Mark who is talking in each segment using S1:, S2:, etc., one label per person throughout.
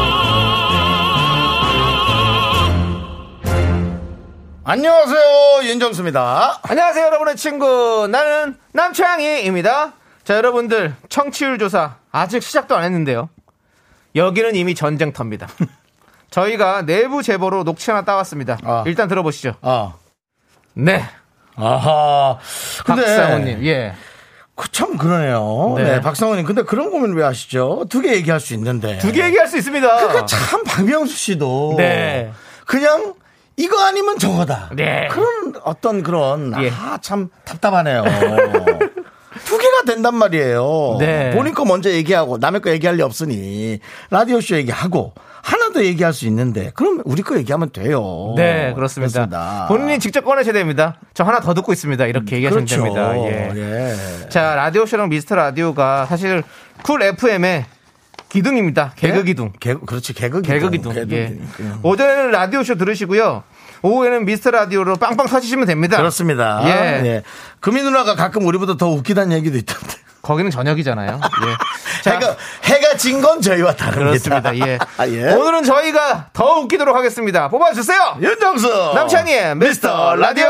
S1: 안녕하세요 윤정수입니다.
S2: 안녕하세요, 여러분의 친구. 나는 남창희입니다. 자, 여러분들, 청취율 조사 아직 시작도 안 했는데요. 여기는 이미 전쟁터입니다. 저희가 내부 제보로 녹취 하나 따왔습니다.
S1: 아.
S2: 일단 들어보시죠.
S1: 아
S2: 네.
S1: 아하 근데
S2: 박상호님, 예.
S1: 그, 참 그러네요. 네,
S2: 네.
S1: 박상호님 근데 그런 고민 왜 하시죠? 두 개 얘기할 수 있는데
S2: 두 개 얘기할 수 있습니다.
S1: 네. 그러니까 참 박명수 씨도
S2: 네.
S1: 그냥 이거 아니면 저거다.
S2: 네.
S1: 그런 어떤 그런
S2: 예.
S1: 아 참 답답하네요. 두 개가 된단 말이에요.
S2: 네.
S1: 본인 거 먼저 얘기하고 남의 거 얘기할 리 없으니 라디오 쇼 얘기하고 하나 더 얘기할 수 있는데 그럼 우리 거 얘기하면 돼요.
S2: 네, 그렇습니다.
S1: 그렇습니다.
S2: 본인이 직접 꺼내셔야 됩니다. 저 하나 더 듣고 있습니다. 이렇게 얘기하시면
S1: 그렇죠.
S2: 됩니다. 예.
S1: 예.
S2: 자, 라디오쇼랑 미스터 라디오가 사실 쿨 FM의 기둥입니다.
S1: 네?
S2: 개그 기둥.
S1: 개, 그렇지 개그 기둥.
S2: 개그기둥.
S1: 음, 개그
S2: 예.
S1: 기둥. 어,
S2: 오전에는 라디오쇼 들으시고요. 오후에는 미스터 라디오로 빵빵 터지시면 됩니다.
S1: 그렇습니다.
S2: 예.
S1: 예. 금이 누나가 가끔 우리보다 더 웃기다는 얘기도 있던데.
S2: 거기는 저녁이잖아요. 예. 자,
S1: 해가, 해가 진 건 저희와 다릅니다.
S2: 그렇습니다. 예.
S1: 예.
S2: 오늘은 저희가 더 웃기도록 하겠습니다. 뽑아주세요.
S1: 윤정수
S2: 남창희의 미스터 라디오.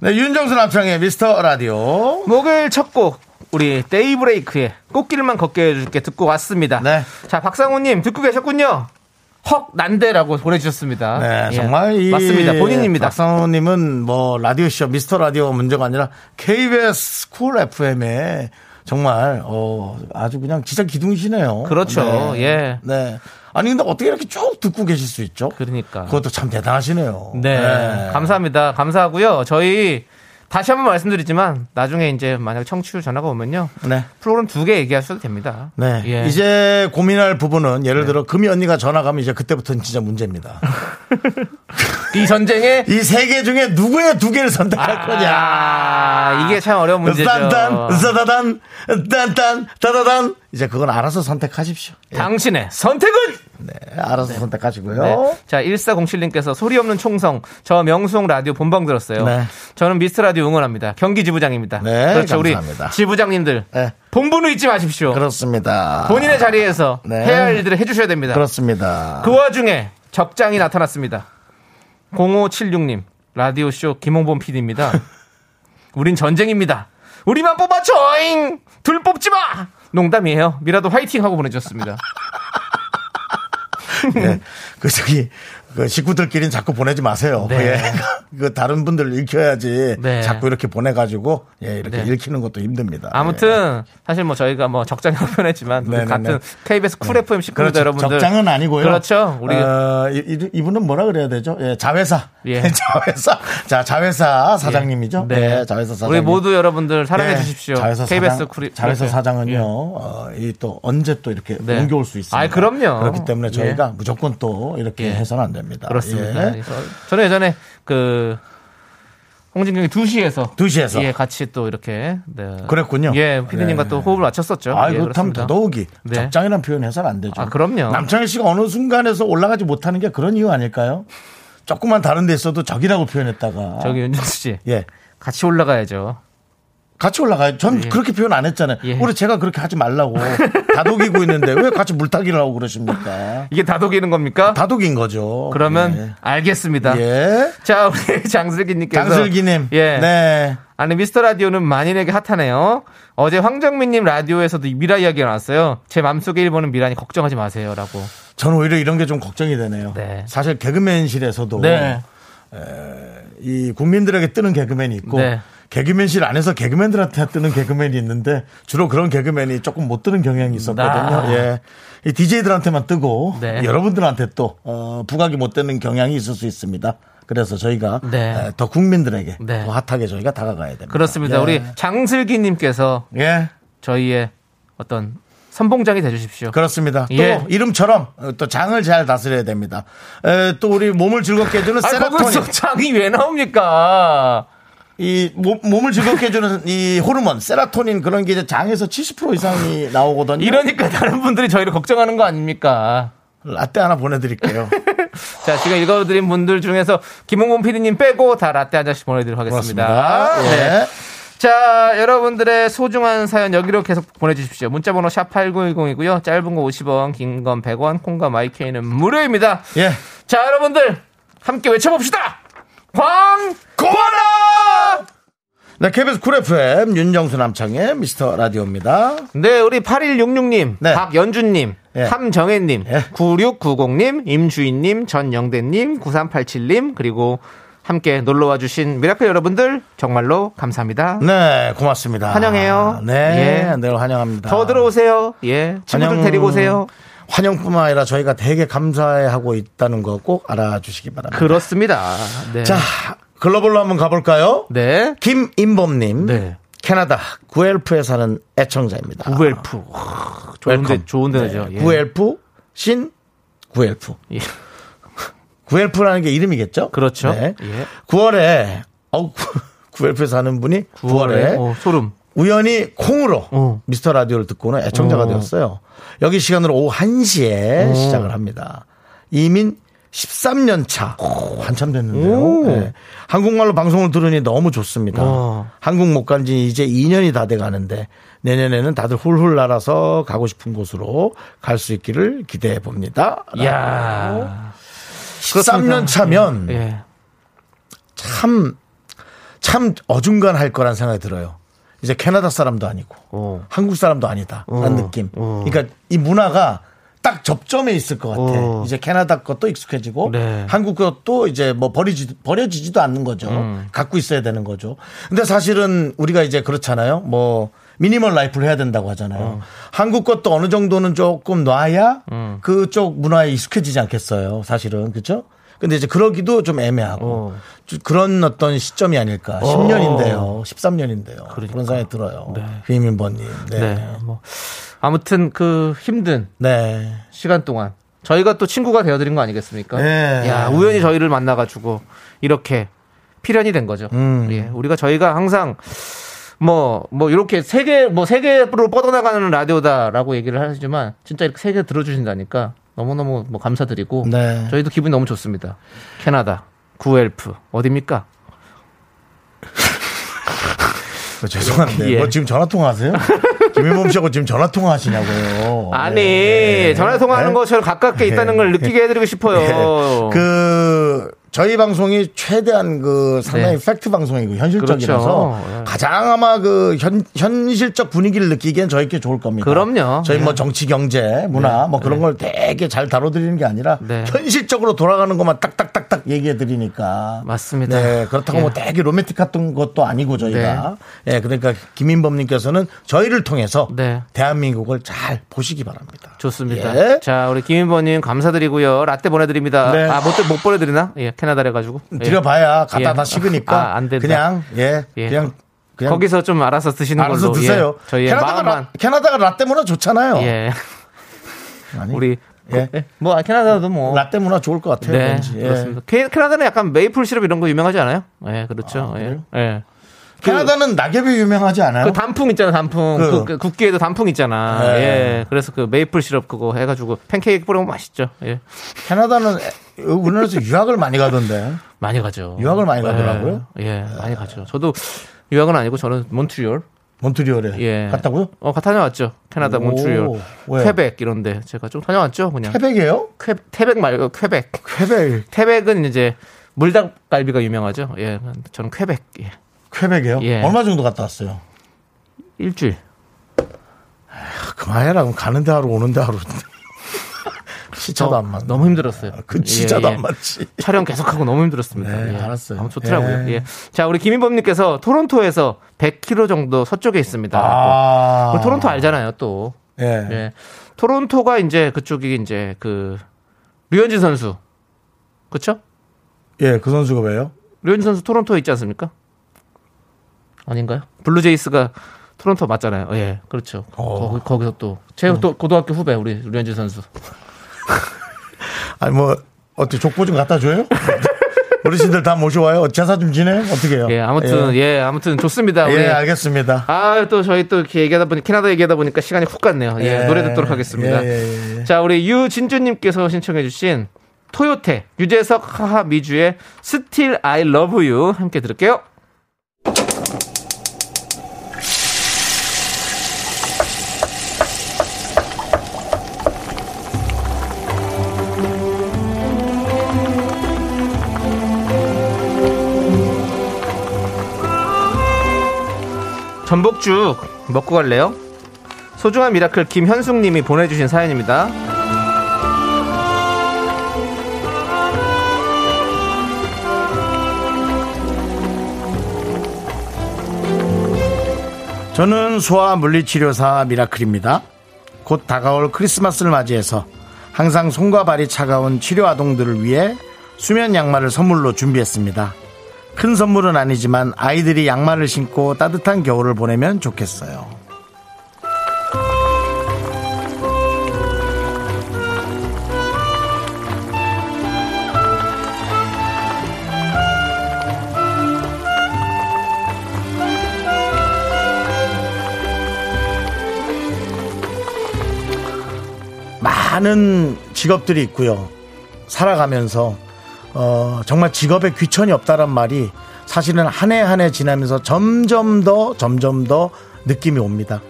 S1: 네, 윤정수 남창희의 미스터 라디오
S2: 목요일 첫 곡. 우리 데이브레이크의 꽃길만 걷게 해줄게 듣고 왔습니다.
S1: 네.
S2: 자 박상우님 듣고 계셨군요. 헉 난데라고 보내주셨습니다.
S1: 네,
S2: 예.
S1: 정말 이
S2: 맞습니다. 본인입니다.
S1: 박상호님은 뭐 라디오 쇼 미스터 라디오 문제가 아니라 KBS 쿨 FM에 정말 어 아주 그냥 진짜 기둥이시네요.
S2: 그렇죠.
S1: 네.
S2: 예.
S1: 네. 아니 근데 어떻게 이렇게 쭉 듣고 계실 수 있죠?
S2: 그러니까.
S1: 그것도 참 대단하시네요.
S2: 네.
S1: 네.
S2: 감사합니다. 감사하고요. 저희 다시 한번 말씀드리지만 나중에 이제 만약 청취율 전화가 오면요.
S1: 네.
S2: 프로그램 두 개 얘기하셔도 됩니다.
S1: 네.
S2: 예. 네.
S1: 이제 고민할 부분은 예를 들어 금이 언니가 전화 가면 이제 그때부터는 진짜 문제입니다.
S2: 이 전쟁에
S1: 이 세 개 중에 누구의 두 개를 선택할
S2: 아,
S1: 거냐.
S2: 이게 참 어려운 문제죠.
S1: 딴딴, 으사다단, 딴딴, 따다단. 이제 그건 알아서 선택하십시오. 예,
S2: 당신의 선택은
S1: 알아서 선택하시고요.
S2: 네. 자 1407님께서 소리 없는 총성 저 명수홍 라디오 본방 들었어요.
S1: 네.
S2: 저는 미스터 라디오 응원합니다. 경기 지부장입니다.
S1: 네,
S2: 그렇죠
S1: 감사합니다.
S2: 우리 지부장님들
S1: 네.
S2: 본분을 잊지 마십시오.
S1: 그렇습니다.
S2: 본인의 자리에서
S1: 네.
S2: 해야 할 일들을 해주셔야 됩니다.
S1: 그렇습니다.
S2: 그 와중에 적장이 나타났습니다. 0576님 라디오쇼 김홍범 PD입니다. 우린 전쟁입니다. 우리만 뽑아줘잉 둘 뽑지 마 농담이에요. 미라도 화이팅 하고 보내주셨습니다.
S1: 예. 그 저기 그 식구들끼리는 자꾸 보내지 마세요.
S2: 네.
S1: 예. 그 다른 분들 읽혀야지
S2: 네.
S1: 자꾸 이렇게 보내가지고 예, 이렇게
S2: 네.
S1: 읽히는 것도 힘듭니다. 예.
S2: 아무튼 사실 뭐 저희가 뭐 적장이라고 표현했지만 우리
S1: 네, 네, 네.
S2: 같은 KBS 쿨 FM 식구들
S1: 그렇죠.
S2: 여러분들
S1: 적장은 아니고요.
S2: 그렇죠. 우리
S1: 어, 이, 분은 뭐라 그래야 되죠? 예, 자회사.
S2: 예.
S1: 자회사. 자, 자회사 사장님이죠. 네,
S2: 네.
S1: 자회사 사장.
S2: 우리 모두 여러분들 사랑해
S1: 예,
S2: 주십시오.
S1: 자회사
S2: KBS
S1: 사장,
S2: 쿨
S1: 자회사
S2: 예.
S1: 사장은요, 어, 이 또 언제 또 이렇게
S2: 네.
S1: 옮겨올 수 있습니다.
S2: 아이, 그럼요.
S1: 그렇기 때문에
S2: 예.
S1: 저희가 무조건 또 이렇게
S2: 예.
S1: 해서는 안 됩니다.
S2: 그렇습니다.
S1: 예.
S2: 그래서 저는 예전에 그 홍진경이 2시에서
S1: 2시에서.
S2: 예, 같이 또 이렇게 네.
S1: 그랬군요.
S2: 예, 피디님과
S1: 네.
S2: 또 호흡을 맞췄었죠.
S1: 아이,
S2: 예,
S1: 그렇다면
S2: 그렇습니다.
S1: 더더욱이
S2: 네.
S1: 적장이라는 표현해서는 안 되죠.
S2: 아, 그럼요.
S1: 남창희 씨가 어느 순간에서 올라가지 못하는 게 그런 이유 아닐까요? 조금만 다른 데 있어도 적이라고 표현했다가.
S2: 저기 윤정수 씨
S1: 예.
S2: 같이 올라가야죠.
S1: 같이 올라가요. 전
S2: 예.
S1: 그렇게 표현 안 했잖아요.
S2: 예.
S1: 우리 제가 그렇게 하지 말라고 다독이고 있는데 왜 같이 물타기를 하고 그러십니까?
S2: 이게 다독이는 겁니까?
S1: 다독인 거죠.
S2: 그러면 알겠습니다.
S1: 예. 예.
S2: 자, 우리 장슬기님께서
S1: 장슬기님.
S2: 예.
S1: 네.
S2: 아니 미스터 라디오는 만인에게 핫하네요. 어제 황정민님 라디오에서도 미라 이야기가 나왔어요. 제 맘속에 일본은 미라니 걱정하지 마세요라고.
S1: 저는 오히려 이런 게 좀 걱정이 되네요.
S2: 네.
S1: 사실 개그맨실에서도
S2: 네.
S1: 이 국민들에게 뜨는 개그맨이 있고
S2: 네.
S1: 개그맨실 안에서 개그맨들한테 뜨는 개그맨이 있는데 주로 그런 개그맨이 조금 못 뜨는 경향이 있었거든요.
S2: 아.
S1: 예. 이 DJ들한테만 뜨고
S2: 네.
S1: 여러분들한테 또 어, 부각이 못 되는 경향이 있을 수 있습니다. 그래서 저희가
S2: 네.
S1: 에, 더 국민들에게
S2: 네.
S1: 더 핫하게 저희가 다가가야 됩니다.
S2: 그렇습니다.
S1: 예.
S2: 우리 장슬기님께서
S1: 예.
S2: 저희의 어떤 선봉장이 되주십시오.
S1: 그렇습니다. 또
S2: 예.
S1: 이름처럼 어, 또 장을 잘 다스려야 됩니다. 에, 또 우리 몸을 즐겁게 해주는
S2: 아,
S1: 세라토닌,
S2: 거기서 장이 왜 나옵니까?
S1: 이 몸, 몸을 즐겁게 해주는 이 호르몬 세라토닌 그런 게 이제 장에서 70% 이상이 나오거든요.
S2: 이러니까 다른 분들이 저희를 걱정하는 거 아닙니까?
S1: 라떼 하나 보내드릴게요.
S2: 자, 지금 읽어드린 분들 중에서 김홍범 PD님 빼고 다 라떼 한 잔씩 보내드리도록 하겠습니다.
S1: 그렇습니다. 예.
S2: 네. 자, 여러분들의 소중한 사연 여기로 계속 보내주십시오. 문자번호 샵8910이고요. 짧은 거 50원, 긴 건 100원, 콩과 마이케이는 무료입니다.
S1: 예.
S2: 자, 여러분들 함께 외쳐봅시다. 광고라!
S1: 네, KBS 쿨 FM 윤정수 남창의 미스터 라디오입니다.
S2: 네, 우리 8166님,
S1: 네.
S2: 박연준님,
S1: 예.
S2: 함정혜님,
S1: 예.
S2: 9690님, 임주인님, 전영대님, 9387님, 그리고 함께 놀러와 주신 미라클 여러분들 정말로 감사합니다.
S1: 네, 고맙습니다.
S2: 환영해요.
S1: 네,
S2: 예.
S1: 늘 환영합니다.
S2: 더 들어오세요. 예, 친구들
S1: 환영-
S2: 데리고 오세요.
S1: 환영뿐만 아니라 저희가 되게 감사해하고 있다는 거 꼭 알아주시기 바랍니다.
S2: 그렇습니다. 네.
S1: 자, 글로벌로 한번 가볼까요?
S2: 네.
S1: 김인범님,
S2: 네.
S1: 캐나다 구엘프에 사는 애청자입니다.
S2: 구엘프. 와, 아, 좋은데, 좋은 데죠. 예.
S1: 네. 구엘프 신 구엘프.
S2: 예.
S1: 구엘프라는 게 이름이겠죠?
S2: 그렇죠.
S1: 네.
S2: 예.
S1: 9월에 어 구- 구엘프에 사는 분이 9월에,
S2: 어, 소름.
S1: 우연히 콩으로
S2: 어.
S1: 미스터 라디오를 듣고는 애청자가
S2: 어.
S1: 되었어요. 여기 시간으로 오후 1시에 시작을 합니다. 이민 13년 차. 한참 됐는데요.
S2: 오.
S1: 네. 한국말로 방송을 들으니 너무 좋습니다.
S2: 어.
S1: 한국 못 간 지 이제 2년이 다 돼 가는데 내년에는 다들 훌훌 날아서 가고 싶은 곳으로 갈 수 있기를 기대해 봅니다.
S2: 예, 이야.
S1: 13년 차면
S2: 예.
S1: 참, 참 어중간할 거란 생각이 들어요. 이제 캐나다 사람도 아니고
S2: 어.
S1: 한국 사람도 아니다. 라는 느낌.
S2: 어.
S1: 그러니까 이 문화가 딱 접점에 있을 것 같아.
S2: 어.
S1: 이제 캐나다 것도 익숙해지고
S2: 네.
S1: 한국 것도 이제 뭐 버리지, 버려지지도 않는 거죠. 갖고 있어야 되는 거죠. 근데 사실은 우리가 이제 그렇잖아요. 뭐 미니멀 라이프를 해야 된다고 하잖아요. 한국 것도 어느 정도는 조금 놔야 그쪽 문화에 익숙해지지 않겠어요. 사실은. 그죠? 근데 이제 그러기도 좀 애매하고
S2: 어.
S1: 좀 그런 어떤 시점이 아닐까. 10년인데요. 13년인데요. 그런 생각이 들어요. 휘민버님. 네.
S2: 네.
S1: 네.
S2: 뭐. 아무튼 그 힘든
S1: 네.
S2: 시간 동안 저희가 또 친구가 되어드린 거 아니겠습니까?
S1: 예.
S2: 야 우연히 저희를 만나가지고 이렇게 필연이 된 거죠.
S1: 음.
S2: 예, 우리가 저희가 항상 뭐, 뭐, 이렇게 세계, 뭐, 세계로 뻗어나가는 라디오다라고 얘기를 하시지만, 진짜 이렇게 세계 들어주신다니까, 너무너무 뭐 감사드리고,
S1: 네.
S2: 저희도 기분이 너무 좋습니다. 캐나다, 구엘프, 어딥니까?
S1: 그 죄송한데
S2: 예.
S1: 뭐 지금 전화 통화하세요? 김일범 씨하고 지금 전화 통화하시냐고요.
S2: 아니,
S1: 어, 네.
S2: 전화 통화하는
S1: 네?
S2: 것처럼 가깝게 있다는 걸 느끼게 해드리고 싶어요.
S1: 예. 그 저희 방송이 최대한 그 상당히
S2: 네.
S1: 팩트 방송이고 현실적이라서
S2: 그렇죠. 예.
S1: 가장 아마 그 현, 현실적 분위기를 느끼기엔 저희께 좋을 겁니다.
S2: 그럼요.
S1: 저희 뭐
S2: 예.
S1: 정치 경제 문화 뭐 그런 걸 되게 잘 다뤄드리는 게 아니라
S2: 네.
S1: 현실적으로 돌아가는 것만 딱딱딱딱 얘기해 드리니까
S2: 맞습니다.
S1: 네, 그렇다고
S2: 예.
S1: 뭐 되게 로맨틱했던 것도 아니고 저희가 예 그러니까 김인범님께서는 저희를 통해서
S2: 네.
S1: 대한민국을 잘 보시기 바랍니다.
S2: 좋습니다.
S1: 예.
S2: 자, 우리 김인버님 감사드리고요. 라떼 보내드립니다.
S1: 네. 음,
S2: 아, 못, 못 보내드리나? 예, 캐나다래 가지고. 예.
S1: 드려봐야 갖다
S2: 예.
S1: 다 식으니까
S2: 아, 안 된다.
S1: 그냥 예,
S2: 예.
S1: 그냥 그냥
S2: 거기서 좀 알아서 드시는
S1: 알아서
S2: 걸로.
S1: 드세요.
S2: 예. 저희의
S1: 캐나다가
S2: 마음만.
S1: 라, 어. 캐나다가 라떼 문화 좋잖아요.
S2: 예.
S1: 아니,
S2: 우리
S1: 예.
S2: 예. 뭐 아, 캐나다도 뭐.
S1: 라떼 문화 좋을 것 같아요.
S2: 네,
S1: 왠지. 예.
S2: 그렇습니다. 캐- 캐나다는 약간 메이플 시럽 이런 거 유명하지 않아요? 예, 그렇죠. 예. 예.
S1: 캐나다는 낙엽이 유명하지 않아요?
S2: 그 단풍 있잖아, 단풍.
S1: 그-
S2: 그, 그 국기에도 단풍 있잖아.
S1: 예.
S2: 예. 그래서 그 메이플 시럽 그거 해가지고 팬케이크 뿌리면 맛있죠. 예.
S1: 캐나다는 에- 우리나라에서 유학을 많이 가던데.
S2: 많이 가죠.
S1: 유학을 많이 가더라고요? 아.
S2: 예, 예, 많이 가죠. 저도 유학은 아니고 저는 몬트리올.
S1: 몬트리올에
S2: 예.
S1: 갔다고요?
S2: 어, 가- 다녀왔죠. 캐나다
S1: 오,
S2: 몬트리올,
S1: 왜?
S2: 퀘벡 이런데 제가 좀 다녀왔죠. 그냥
S1: 퀘벡이에요?
S2: 퀘, 퀘벡 말고 어, 퀘벡.
S1: 퀘벡.
S2: 퀘벡은 이제 물닭갈비가 유명하죠. 예, 저는 퀘벡 예.
S1: 퀘벡이요?
S2: 예.
S1: 얼마 정도 갔다 왔어요?
S2: 일주일.
S1: 아, 그만해라. 그럼 가는데 하루 오는데 하루. 시차도
S2: 어,
S1: 안 맞네.
S2: 너무 힘들었어요.
S1: 그 시차도
S2: 예, 예.
S1: 안 맞지.
S2: 촬영 계속하고 너무 힘들었습니다.
S1: 네,
S2: 예.
S1: 알았어요.
S2: 아무 좋더라고요.
S1: 예.
S2: 예. 자, 우리 김인범님께서 토론토에서 100km 정도 서쪽에 있습니다.
S1: 아.
S2: 우리 뭐. 토론토 알잖아요, 또.
S1: 예.
S2: 예. 토론토가 이제 그쪽이 이제 그 류현진 선수. 그쵸?
S1: 예, 그 선수가 왜요?
S2: 류현진 선수 토론토에 있지 않습니까? 아닌가요? 블루제이스가 토론토 맞잖아요. 어, 예, 그렇죠. 거기, 거기서 또
S1: 음.
S2: 체육 또 고등학교 후배 우리 류현진 선수.
S1: 아니 뭐 어떻게 족보 좀 갖다 줘요? 어르신들 다 모셔와요. 제사 좀 지내? 어떻게 해요?
S2: 예, 아무튼
S1: 예,
S2: 예, 아무튼 좋습니다.
S1: 예,
S2: 우리
S1: 알겠습니다.
S2: 아 또 저희 또 이렇게 얘기하다 보니 캐나다 얘기하다 보니까 시간이 훅 갔네요. 예,
S1: 예.
S2: 노래 듣도록 하겠습니다.
S1: 예, 예, 예.
S2: 자 우리 유진주님께서 신청해주신 토요테 유재석 하하 미주의 Still I Love You 함께 들을게요. 전복죽 먹고 갈래요? 소중한 미라클 김현숙님이 보내주신 사연입니다.
S1: 저는 소아 물리치료사 미라클입니다. 곧 다가올 크리스마스를 맞이해서 항상 손과 발이 차가운 치료 아동들을 위해 수면 양말을 선물로 준비했습니다. 큰 선물은 아니지만 아이들이 양말을 신고 따뜻한 겨울을 보내면 좋겠어요. 많은 직업들이 있고요. 살아가면서 어, 정말 직업에 귀천이 없다란 말이 사실은 한 해 한 해 지나면서 점점 더 점점 더 느낌이 옵니다.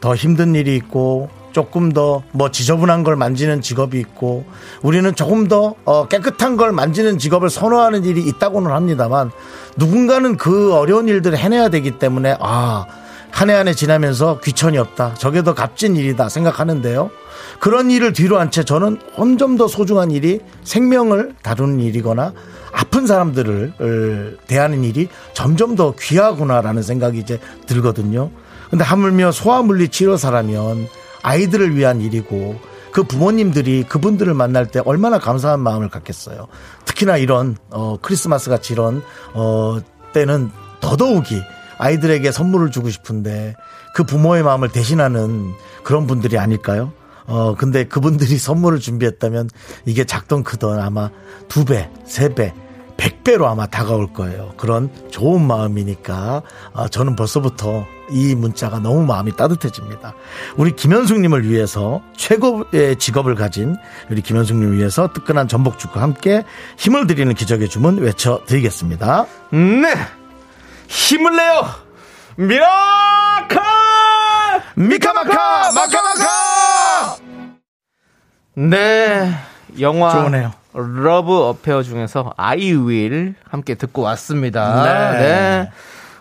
S1: 더 힘든 일이 있고 조금 더 뭐 지저분한 걸 만지는 직업이 있고 우리는 조금 더 어, 깨끗한 걸 만지는 직업을 선호하는 일이 있다고는 합니다만 누군가는 그 어려운 일들을 해내야 되기 때문에 아 한 해 한 해 지나면서 귀천이 없다. 저게 더 값진 일이다 생각하는데요. 그런 일을 뒤로 한 채 저는 점점 더 소중한 일이 생명을 다루는 일이거나 아픈 사람들을 어, 대하는 일이 점점 더 귀하구나라는 생각이 이제 들거든요. 근데 하물며 소아물리 치료사라면 아이들을 위한 일이고 그 부모님들이 그분들을 만날 때 얼마나 감사한 마음을 갖겠어요. 특히나 이런 어, 크리스마스 같이 이런 어, 때는 더더욱이 아이들에게 선물을 주고 싶은데 그 부모의 마음을 대신하는 그런 분들이 아닐까요? 어, 근데 그분들이 선물을 준비했다면 이게 작던 크던 아마 두 배, 세 배, 백배로 아마 다가올 거예요. 그런 좋은 마음이니까 아, 저는 벌써부터 이 문자가 너무 마음이 따뜻해집니다. 우리 김현숙님을 위해서 최고의 직업을 가진 우리 김현숙님을 위해서 뜨끈한 전복죽과 함께 힘을 드리는 기적의 주문 외쳐드리겠습니다.
S2: 네, 힘을 내요, 미라클!
S1: 미카마카! 마카마카!
S2: 네, 영화
S1: 좋으네요.
S2: 러브 어페어 중에서 아이윌 함께 듣고 왔습니다.
S1: 네.
S2: 네.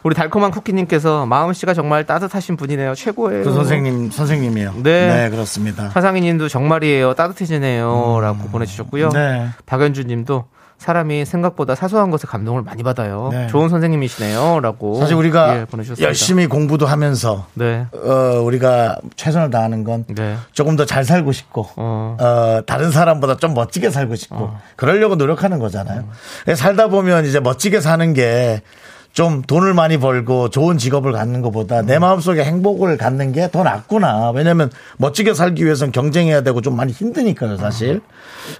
S2: 우리 달콤한 쿠키님께서 마음 씨가 정말 따뜻하신 분이네요. 최고예요.
S1: 그 선생님, 선생님이요.
S2: 네.
S1: 네 그렇습니다.
S2: 사상희 님도 정말이에요. 따뜻해지네요. 라고 보내주셨고요.
S1: 음. 네.
S2: 박연주 님도 사람이 생각보다 사소한 것에 감동을 많이 받아요.
S1: 네.
S2: 좋은 선생님이시네요. 라고.
S1: 사실 우리가
S2: 예, 보내주셨습니다.
S1: 열심히 공부도 하면서
S2: 네.
S1: 어, 우리가 최선을 다하는 건
S2: 네.
S1: 조금 더 잘 살고 싶고
S2: 어.
S1: 어, 다른 사람보다 좀 멋지게 살고 싶고 그러려고 노력하는 거잖아요. 살다 보면 이제 멋지게 사는 게 좀 돈을 많이 벌고 좋은 직업을 갖는 것보다 내 마음속에 행복을 갖는 게 더 낫구나. 왜냐면 멋지게 살기 위해서는 경쟁해야 되고 좀 많이 힘드니까요, 사실.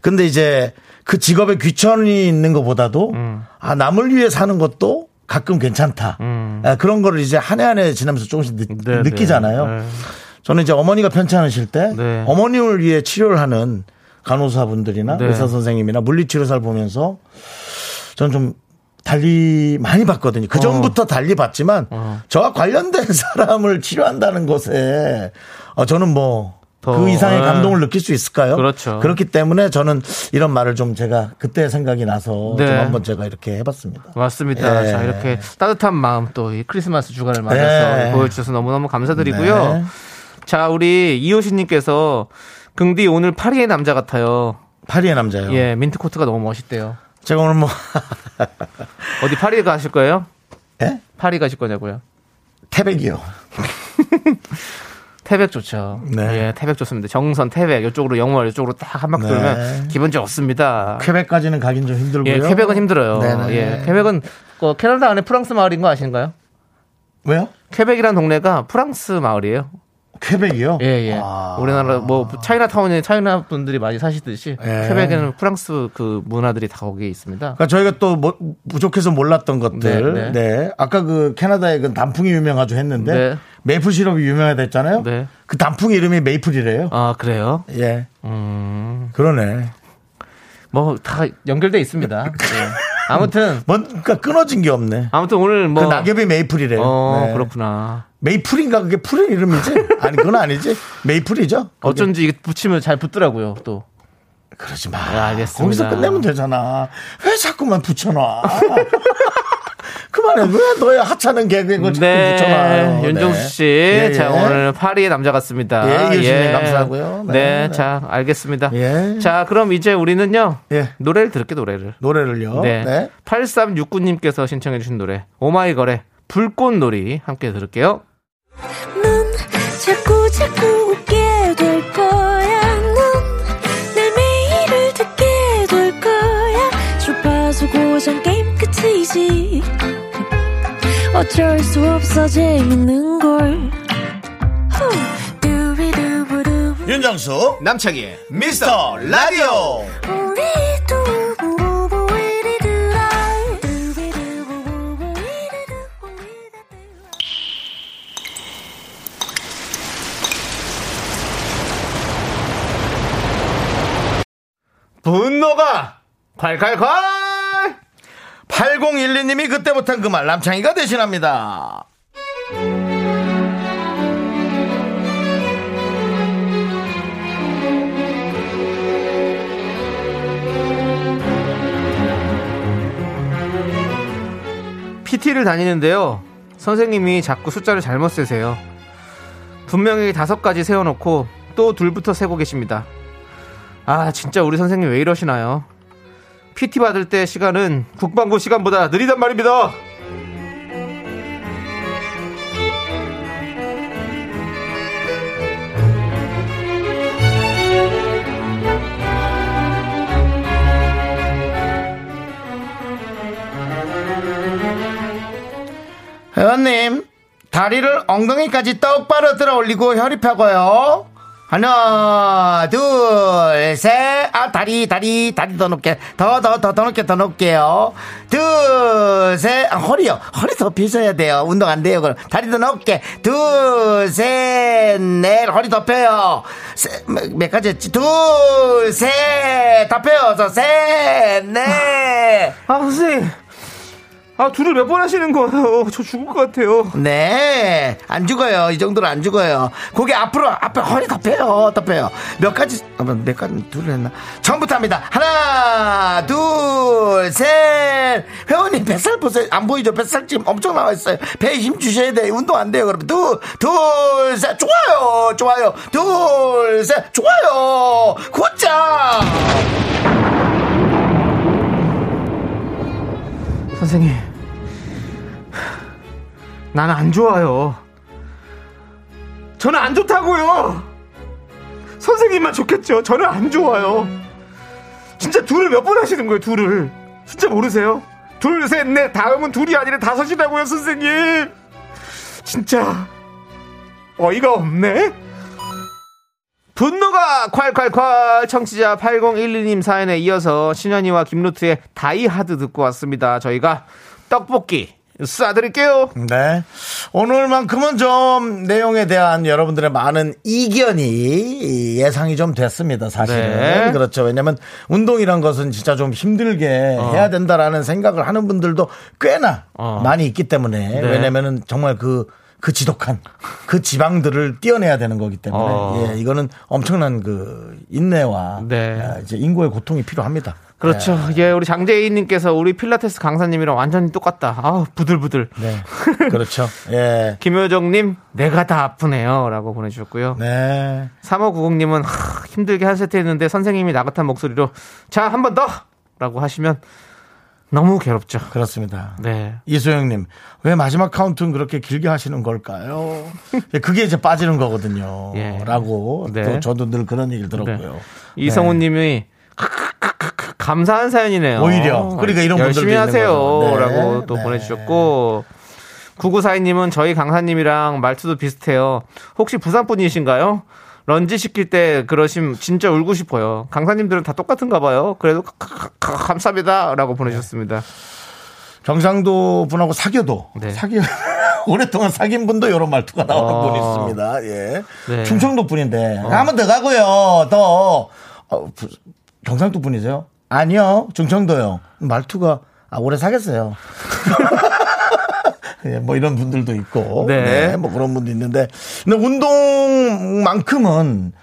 S1: 근데 이제 그 직업에 귀천이 있는 것보다도 아, 남을 위해 사는 것도 가끔 괜찮다. 아, 그런 거를 이제 한 해 한 해 지나면서 조금씩 느,
S2: 음. 네,
S1: 느끼잖아요.
S2: 네.
S1: 저는 이제 어머니가 편찮으실 때
S2: 네.
S1: 어머님을 위해 치료를 하는 간호사분들이나
S2: 네.
S1: 의사 선생님이나 물리치료사를 보면서 저는 좀 달리 많이 봤거든요.
S2: 어.
S1: 그 전부터 달리 봤지만 저와 관련된 사람을 치료한다는 것에 어, 저는 뭐.
S2: 더,
S1: 그 이상의
S2: 예.
S1: 감동을 느낄 수 있을까요?
S2: 그렇죠.
S1: 그렇기 때문에 저는 이런 말을 좀 제가 그때 생각이 나서
S2: 네. 어.
S1: 좀 한번 제가 이렇게 해봤습니다.
S2: 맞습니다.
S1: 예.
S2: 자, 이렇게 따뜻한 마음 또 이 크리스마스 주간을 맞아서
S1: 네.
S2: 보여주셔서 너무너무 감사드리고요.
S1: 네.
S2: 자, 우리 이호신님께서 긍디 오늘 파리의 남자 같아요.
S1: 파리의 남자요.
S2: 예, 민트 코트가 너무 멋있대요.
S1: 제가 오늘 뭐
S2: 어디 파리 가실 거예요?
S1: 예?
S2: 파리 가실 거냐고요?
S1: 태백이요.
S2: 태백 좋죠.
S1: 네.
S2: 예, 태백 좋습니다. 정선, 태백 이쪽으로 영월 이쪽으로 딱 한 바퀴
S1: 네.
S2: 돌면 기분 좋습니다.
S1: 퀘벡까지는 가긴 좀 힘들고요. 네,
S2: 예, 퀘벡은 힘들어요.
S1: 네네.
S2: 예, 퀘벡은 그 캐나다 안에 프랑스 마을인 거 아시는가요?
S1: 왜요?
S2: 퀘벡이라는 동네가 프랑스 마을이에요.
S1: 쾌백이요?
S2: 예, 예.
S1: 아.
S2: 우리나라 뭐 차이나타운에 차이나 분들이 많이 사시듯이
S1: 예.
S2: 퀘벡에는 프랑스 그 문화들이 다 거기에 있습니다.
S1: 그러니까 저희가 또 뭐- 부족해서 몰랐던 것들. 네,
S2: 네, 네.
S1: 아까 그 캐나다의 그 단풍이 유명하죠 했는데
S2: 네.
S1: 메이플 시럽이 유명하다 했잖아요.
S2: 네.
S1: 그 단풍 이름이 메이플이래요.
S2: 아, 음. 그래요?
S1: 예. 그러네.
S2: 뭐 다 연결돼 있습니다. 예. 아무튼
S1: 뭔가 그러니까 끊어진 게 없네.
S2: 아무튼 오늘 뭐
S1: 그 낙엽이 메이플이래요.
S2: 어,
S1: 네.
S2: 그렇구나.
S1: 메이플인가 그게 풀의 이름이지? 아니 그건 아니지. 메이플이죠. 그게.
S2: 어쩐지 이게 붙이면 잘 붙더라고요. 또
S1: 그러지 마.
S2: 아, 알겠습니다.
S1: 거기서 끝내면 되잖아. 왜 자꾸만 붙여놔. 그만해. 왜 너의 하찮은 개그에 그걸 자꾸
S2: 네,
S1: 붙여놔요.
S2: 윤종수 씨.
S1: 예, 예.
S2: 자, 오늘 파리의 남자 같습니다.
S1: 예, 이효신님 감사하고요. 네,
S2: 네,
S1: 네.
S2: 자, 알겠습니다.
S1: 예.
S2: 자, 그럼 이제 우리는요.
S1: 예.
S2: 노래를 들을게, 노래를.
S1: 노래를요.
S2: 네.
S1: 네.
S2: 8369님께서 신청해주신 노래. 오마이걸의 불꽃놀이 함께 들을게요.
S3: 넌 자꾸 자꾸 웃게 될 거야. 넌내 매일을 듣게 될 거야. 주파수 고정 게임 끝이지. 어쩔 수 없어 재밌는 걸. 후. 두비두부두.
S1: 윤정수 남창희 미스터 라디오
S3: 우리 두부부부 우리 두라. 두비두부부부 우리 두부 우리 두부.
S1: 분노가 콸콸콸 8012님이 그때 못한 그 말 남창희가 대신합니다
S2: PT를 다니는데요. 선생님이 자꾸 숫자를 잘못 세세요. 분명히 다섯 가지 세워놓고 또 둘부터 세고 계십니다. 아, 진짜 우리 선생님 왜 이러시나요? PT 받을 때 시간은 국방부 시간보다 느리단 말입니다.
S1: 회원님 다리를 엉덩이까지 똑바로 들어 올리고 혈입하고요 하나 둘셋아 다리 다리 다리 더 높게 더 더 더 더 높게 더 높게요 둘셋 아, 허리요 허리 더 펴셔야 돼요 운동 안 돼요 그럼 다리 더 높게 둘셋넷 허리 더 펴요 세- 몇- 몇 가지 했지 둘셋다 펴요 셋넷
S2: 아, 선생님. 아, 둘을 몇 번 하시는 거예요? 저 죽을 것 같아요.
S1: 네, 안 죽어요. 이 정도로 안 죽어요. 고개 앞으로, 앞에 허리 더 빼요. 더 빼요. 몇 가지, 아, 몇 가지, 둘 했나? 처음부터 합니다. 하나, 둘, 셋. 회원님, 뱃살 보세요. 안 보이죠? 뱃살 지금 엄청 나와 있어요. 배에 힘 주셔야 돼요. 운동 안 돼요. 그러면 둘, 둘, 셋. 좋아요. 좋아요. 둘, 셋. 좋아요. 굿자!
S2: 선생님. 나는 안 좋아요. 저는 안 좋다고요. 선생님만 좋겠죠. 저는 안 좋아요. 진짜 둘을 몇 번 하시는 거예요, 둘을. 진짜 모르세요? 둘, 셋, 넷. 다음은 둘이 아니라 다섯이라고요, 선생님. 진짜 어이가 없네. 분노가 콸콸콸 청취자 8012님 사연에 이어서 신현이와 김루트의 다이하드 듣고 왔습니다. 저희가 떡볶이 쏴드릴게요.
S1: 네. 오늘만큼은 좀 내용에 대한 여러분들의 많은 이견이 예상이 좀 됐습니다, 사실은.
S2: 네.
S1: 그렇죠. 왜냐면 운동이란 것은 진짜 좀 힘들게 해야 된다라는 생각을 하는 분들도 꽤나
S2: 어. 네.
S1: 많이 있기 때문에. 왜냐면은 정말 그, 그 지독한 그 지방들을 뛰어내야 되는 거기 때문에.
S2: 어.
S1: 예, 이거는 엄청난 그 인내와
S2: 네.
S1: 아, 이제 인고의 고통이 필요합니다.
S2: 그렇죠. 예, 우리 장재희님께서 우리 필라테스 강사님이랑 완전히 똑같다. 아우, 부들부들.
S1: 네. 그렇죠. 예.
S2: 김효정님, 내가 다 아프네요. 라고 보내주셨고요.
S1: 네.
S2: 3590님은 힘들게 한 세트 했는데 선생님이 나긋한 목소리로 자, 한 번 더! 라고 하시면 너무 괴롭죠.
S1: 그렇습니다.
S2: 네.
S1: 이소영님, 왜 마지막 카운트는 그렇게 길게 하시는 걸까요? 예, 그게 이제 빠지는 거거든요.
S2: 예.
S1: 라고
S2: 네.
S1: 또 저도 늘 그런 얘기를 들었고요.
S2: 네. 이성훈님이 감사한 사연이네요.
S1: 오히려. 그러니까 이런 분들도
S2: 열심히
S1: 있는 거죠. 네.
S2: 하세요라고 또
S1: 네.
S2: 보내주셨고 9942님은 저희 강사님이랑 말투도 비슷해요. 혹시 부산분이신가요? 런지 시킬 때 그러심 진짜 울고 싶어요. 강사님들은 다 똑같은가 봐요. 그래도 카- 카- 카- 감사합니다. 라고 보내주셨습니다.
S1: 경상도 분하고 사귀어도
S2: 네.
S1: 사귀 오랫동안 사귄 분도 이런 말투가 나오는
S2: 어.
S1: 분이 있습니다. 예.
S2: 네. 어.
S1: 충청도 분인데 한번 더 가고요. 더 어, 부- 경상도 분이세요? 아니요, 충청도요. 말투가 아, 오래 사겠어요. 예, 뭐 이런 분들도 있고,
S2: 네.
S1: 네, 뭐 그런 분도 있는데, 근데 운동만큼은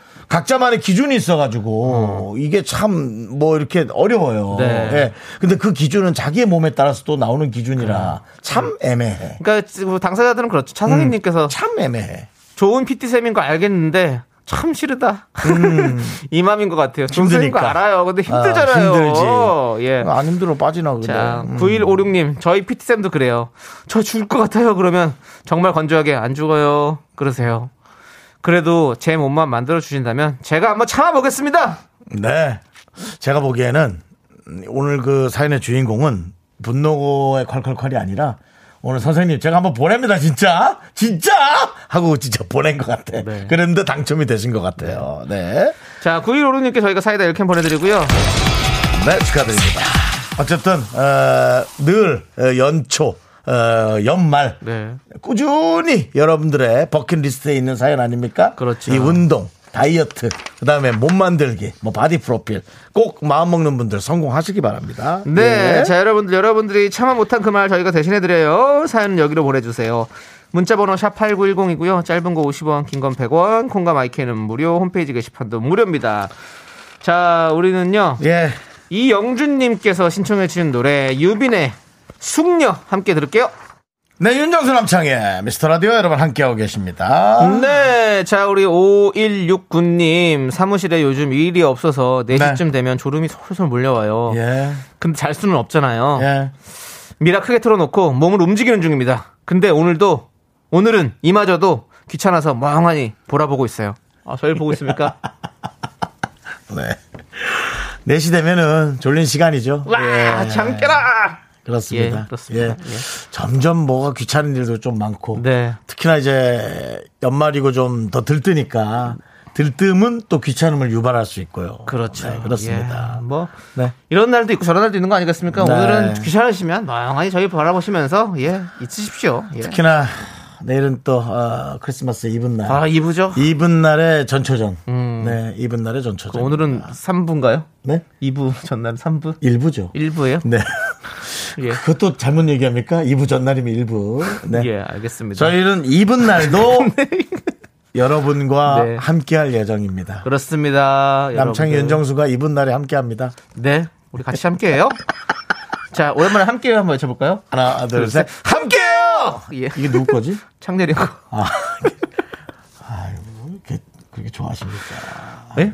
S1: 각자만의 기준이 있어가지고 이게 참 뭐 이렇게 어려워요.
S2: 네.
S1: 예. 근데 그 기준은 자기의 몸에 따라서 또 나오는 기준이라 참 애매해.
S2: 그러니까 지금 당사자들은 그렇죠. 차사님님께서
S1: 참 애매해.
S2: 좋은 PT쌤인 거 알겠는데 참 싫다. 이 맘인 것 같아요. 힘든 거
S1: 음. 힘드니까.
S2: 알아요. 근데
S1: 아,
S2: 힘들잖아요.
S1: 힘들지. 아,
S2: 예.
S1: 안 힘들어 빠지나 그래.
S2: 자,
S1: 음.
S2: 9156님, 저희 PT쌤도 그래요. 저 죽을 것 같아요. 그러면 정말 건조하게 안 죽어요. 그러세요. 그래도 제 몸만 만들어주신다면 제가 한번 참아보겠습니다!
S1: 네. 제가 보기에는 음, 오늘 그 사연의 주인공은 분노의 콸콸콸이 아니라 오늘 선생님 제가 한번 보냅니다 진짜 진짜 하고 진짜 보낸 것 같아.
S2: 네.
S1: 그런데 당첨이 되신 것 같아요. 네.
S2: 자, 9156님께 저희가 사이다 1캔 보내드리고요.
S1: 네, 축하드립니다. 어쨌든 어, 늘 어, 연초 어, 연말
S2: 네.
S1: 꾸준히 여러분들의 버킷리스트에 있는 사연 아닙니까?
S2: 그렇죠.
S1: 이 운동, 다이어트, 그다음에 몸 만들기, 뭐 바디 프로필 꼭 마음 먹는 분들 성공하시기 바랍니다.
S2: 네.
S1: 예.
S2: 자, 여러분들, 여러분들이 참아 못한 그 말 저희가 대신해드려요. 사연은 여기로 보내주세요. 문자번호 샵8910이고요. 짧은 거 50원, 긴 건 100원, 콩과 마이크는 무료, 홈페이지 게시판도 무료입니다. 자, 우리는요.
S1: 예.
S2: 이영준님께서 신청해주신 노래, 유빈의 숙녀 함께 들을게요.
S1: 네, 윤정수 남창의 미스터 라디오 여러분 함께하고 계십니다.
S2: 네. 자, 우리 5169님. 사무실에 요즘 일이 없어서 4시쯤 되면 졸음이 솔솔 몰려와요.
S1: 예.
S2: 근데 잘 수는 없잖아요.
S1: 예.
S2: 미라 크게 틀어놓고 몸을 움직이는 중입니다. 근데 오늘도 오늘은 이마저도 귀찮아서 멍하니 보라보고 있어요. 아, 저희 보고 있습니까?
S1: 네. 4시 되면은 졸린 시간이죠.
S2: 와,
S1: 예.
S2: 잠 깨라.
S1: 그렇습니다.
S2: 예, 그렇습니다. 예.
S1: 점점 뭐가 귀찮은 일도 좀 많고.
S2: 네.
S1: 특히나 이제 연말이고 좀 더 들뜨니까 들뜸은 또 귀찮음을 유발할 수 있고요.
S2: 그렇죠.
S1: 네, 그렇습니다.
S2: 예, 뭐
S1: 네.
S2: 이런 날도 있고 저런 날도 있는 거 아니겠습니까?
S1: 네.
S2: 오늘은 귀찮으시면 멍하니 저희 바라보시면서 예, 있으십시오. 예.
S1: 특히나 내일은 또 어, 크리스마스 이브 날.
S2: 아, 2부죠?
S1: 이분 날의 전초전. 네, 이분 날의 전초전.
S2: 오늘은 3부인가요?
S1: 네,
S2: 2부 전날 3부?
S1: 일부죠.
S2: 1부예요?
S1: 네,
S2: 예.
S1: 그것도 잘못 얘기합니까? 이부 전날이면 일부. 네,
S2: 예, 알겠습니다.
S1: 저희는 이분 날도 여러분과
S2: 네.
S1: 함께할 예정입니다.
S2: 그렇습니다.
S1: 남창희
S2: 여러분들.
S1: 윤정수가 이분 날에 함께합니다.
S2: 네, 우리 같이 함께해요. 자, 오랜만에 함께해요 한번 외쳐볼까요?
S1: 하나, 둘, 셋.
S2: 아, 함께해요. 예,
S1: 이게 누구 거지?
S2: 창렬이 형.
S1: 아, 아유, 그렇게, 그렇게 좋아하십니까?
S2: 예?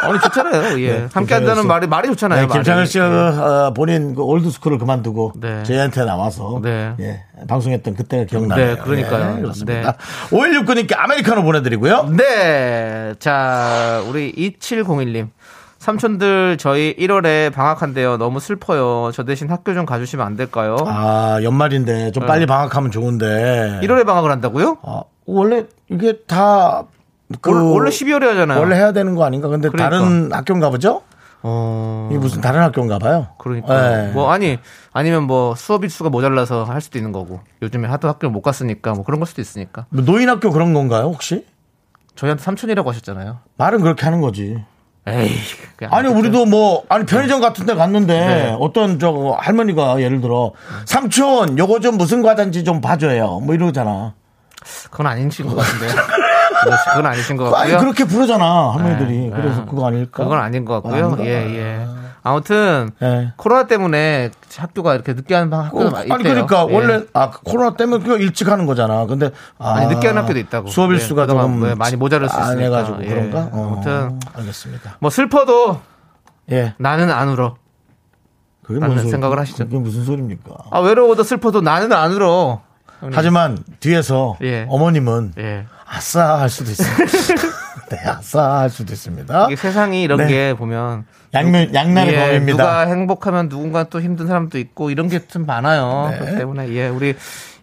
S2: 아니 좋잖아요. 예,
S1: 네,
S2: 함께한다는
S1: 김창렬
S2: 말이 말이 좋잖아요.
S1: 네,
S2: 말이.
S1: 김창열 씨가 그, 어, 본인 그 올드스쿨을 그만두고
S2: 네.
S1: 저희한테 나와서
S2: 네.
S1: 예, 방송했던 그때가 기억나네요.
S2: 네, 그러니까요.
S1: 예, 그렇습니다. 5169님께 아메리카노 보내드리고요.
S2: 네, 자, 우리 2701님. 삼촌들 저희 1월에 방학한대요. 너무 슬퍼요. 저 대신 학교 좀 가주시면 안 될까요?
S1: 아, 네. 연말인데 좀
S2: 네.
S1: 빨리 방학하면 좋은데.
S2: 1월에 방학을 한다고요?
S1: 아, 원래 이게 다. 그
S2: 원- 원래 12월에 하잖아요.
S1: 원래 해야 되는 거 아닌가? 근데
S2: 그러니까.
S1: 다른 학교인가 보죠?
S2: 어,
S1: 이게 무슨 다른 학교인가 봐요.
S2: 그러니까
S1: 예.
S2: 뭐 아니 아니면 뭐 수업 일수가 모자라서 할 수도 있는 거고 요즘에 하도 학교 를못 갔으니까 뭐 그런 걸 수도 있으니까.
S1: 뭐 노인학교 그런 건가요, 혹시?
S2: 저희한테 삼촌이라고 하셨잖아요.
S1: 말은 그렇게 하는 거지.
S2: 에이. 그게
S1: 아니,
S2: 아니겠죠.
S1: 우리도 뭐, 아니, 편의점 같은 데 갔는데,
S2: 네.
S1: 어떤 저 할머니가 예를 들어, 삼촌, 요거 좀 무슨 과자인지 좀 봐줘요. 뭐 이러잖아.
S2: 그건 아니신 것 같은데. 그건 아니신 것
S1: 아니,
S2: 같고요.
S1: 그렇게 부르잖아, 할머니들이.
S2: 네,
S1: 그래서
S2: 네.
S1: 그거 아닐까?
S2: 그건 아닌 것 같고요.
S1: 그러니까? 아닌가?
S2: 예, 예. 아무튼
S1: 예.
S2: 코로나 때문에 학교가 이렇게 늦게 하는 방 학교가
S1: 어,
S2: 많이
S1: 아니,
S2: 있대요.
S1: 그러니까,
S2: 예.
S1: 원래, 아, 코로나 때문에 그거 일찍 하는 거잖아. 근데, 아,
S2: 아니, 늦게 하는 학교도 있다고. 예,
S1: 수업일수가
S2: 그동안
S1: 조금
S2: 뭐 많이 모자랄 수
S1: 안
S2: 있으니까.
S1: 해가지고
S2: 예,
S1: 그런가? 어,
S2: 아무튼.
S1: 알겠습니다.
S2: 뭐 슬퍼도
S1: 예.
S2: 나는 안 울어.
S1: 그게
S2: 라는
S1: 뭔 소리-
S2: 생각을 하시죠.
S1: 그게 무슨 소리입니까?
S2: 아 외로워도 슬퍼도 나는 안 울어.
S1: 하지만 뒤에서
S2: 예.
S1: 어머님은
S2: 예.
S1: 아싸 할 수도 있어요. 네, 아싸할 수도 있습니다.
S2: 이게 세상이 이런
S1: 네.
S2: 게 보면
S1: 양면, 양날의
S2: 예,
S1: 검입니다.
S2: 누가 행복하면 누군가 또 힘든 사람도 있고 이런 게 좀 많아요.
S1: 네.
S2: 그렇기 때문에 예, 우리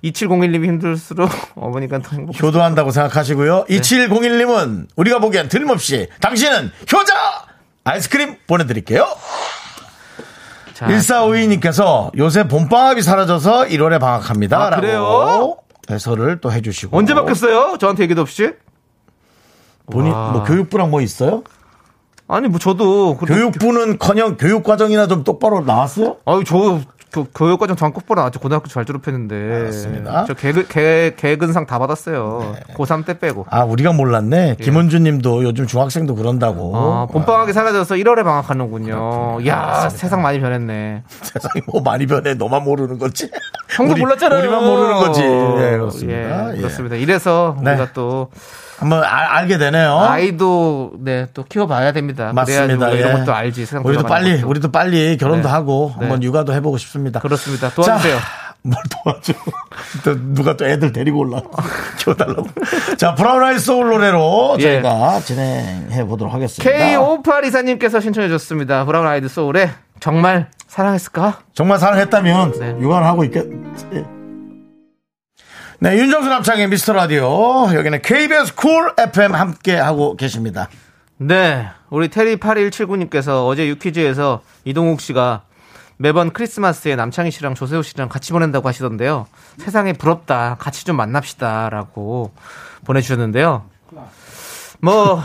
S2: 2701님이 힘들수록 어머니가 더 행복.
S1: 효도한다고 생각하시고요.
S2: 예.
S1: 2701님은 우리가 보기엔 틀림없이 당신은 효자! 아이스크림 보내드릴게요.
S2: 자,
S1: 1452님께서 요새 봄방학이 사라져서 1월에 방학합니다.
S2: 아,
S1: 라고
S2: 그래요?
S1: 해설을 또 해주시고.
S2: 언제 바뀌었어요? 저한테 얘기도 없이?
S1: 본인, 뭐 교육부랑 뭐 있어요?
S2: 아니 뭐 저도 그렇게-
S1: 교육부는 커녕 교육과정이나 좀 똑바로 나왔어요?
S2: 아유 저 교- 교육과정 전 꼭보라 나왔죠 고등학교 잘 졸업했는데
S1: 알았습니다.
S2: 저 개그 개 개근상 다 받았어요 고3 때 빼고
S1: 아, 우리가 몰랐네. 김은주님도 요즘 중학생도 그런다고.
S2: 예. 아, 봄방학이 사라져서 1월에 방학하는군요 야 세상 많이 변했네
S1: 세상이 뭐 많이 변해. 너만 모르는 거지.
S2: 형도
S1: 우리-
S2: 몰랐잖아요
S1: 우리만 모르는 거지. 예, 그렇습니다.
S2: 예,
S1: 예.
S2: 그렇습니다 이래서
S1: 네.
S2: 우리가 또
S1: 한번 아- 알게 되네요.
S2: 아이도 네 또 키워봐야 됩니다 그래야지
S1: 맞습니다.
S2: 우리가
S1: 예.
S2: 이런 것도 알지 세상
S1: 우리도
S2: 돌아가는
S1: 빨리
S2: 것도.
S1: 우리도 빨리 결혼도
S2: 네.
S1: 하고
S2: 네.
S1: 한번 육아도 해보고 싶습니다.
S2: 그렇습니다. 도와주세요.
S1: 자, 뭘 도와줘? 또 누가 또 애들 데리고 올라 키워달라고. 자 브라운 아이 소울 노래로
S2: 예.
S1: 저희가 진행해 보도록 하겠습니다.
S2: K58 이사님께서 신청해 주셨습니다 브라운 아이드 소울의 정말 사랑했을까
S1: 정말 사랑했다면
S2: 네.
S1: 육아를 하고 있겠. 예. 네, 윤정수 남창의 미스터 라디오. 여기는 KBS 쿨 FM 함께 하고 계십니다.
S2: 네, 우리 테리 8179님께서 어제 유퀴즈에서 이동욱 씨가 매번 크리스마스에 남창희 씨랑 조세호 씨랑 같이 보낸다고 하시던데요. 세상에 부럽다. 같이 좀 만납시다라고 보내주셨는데요. 뭐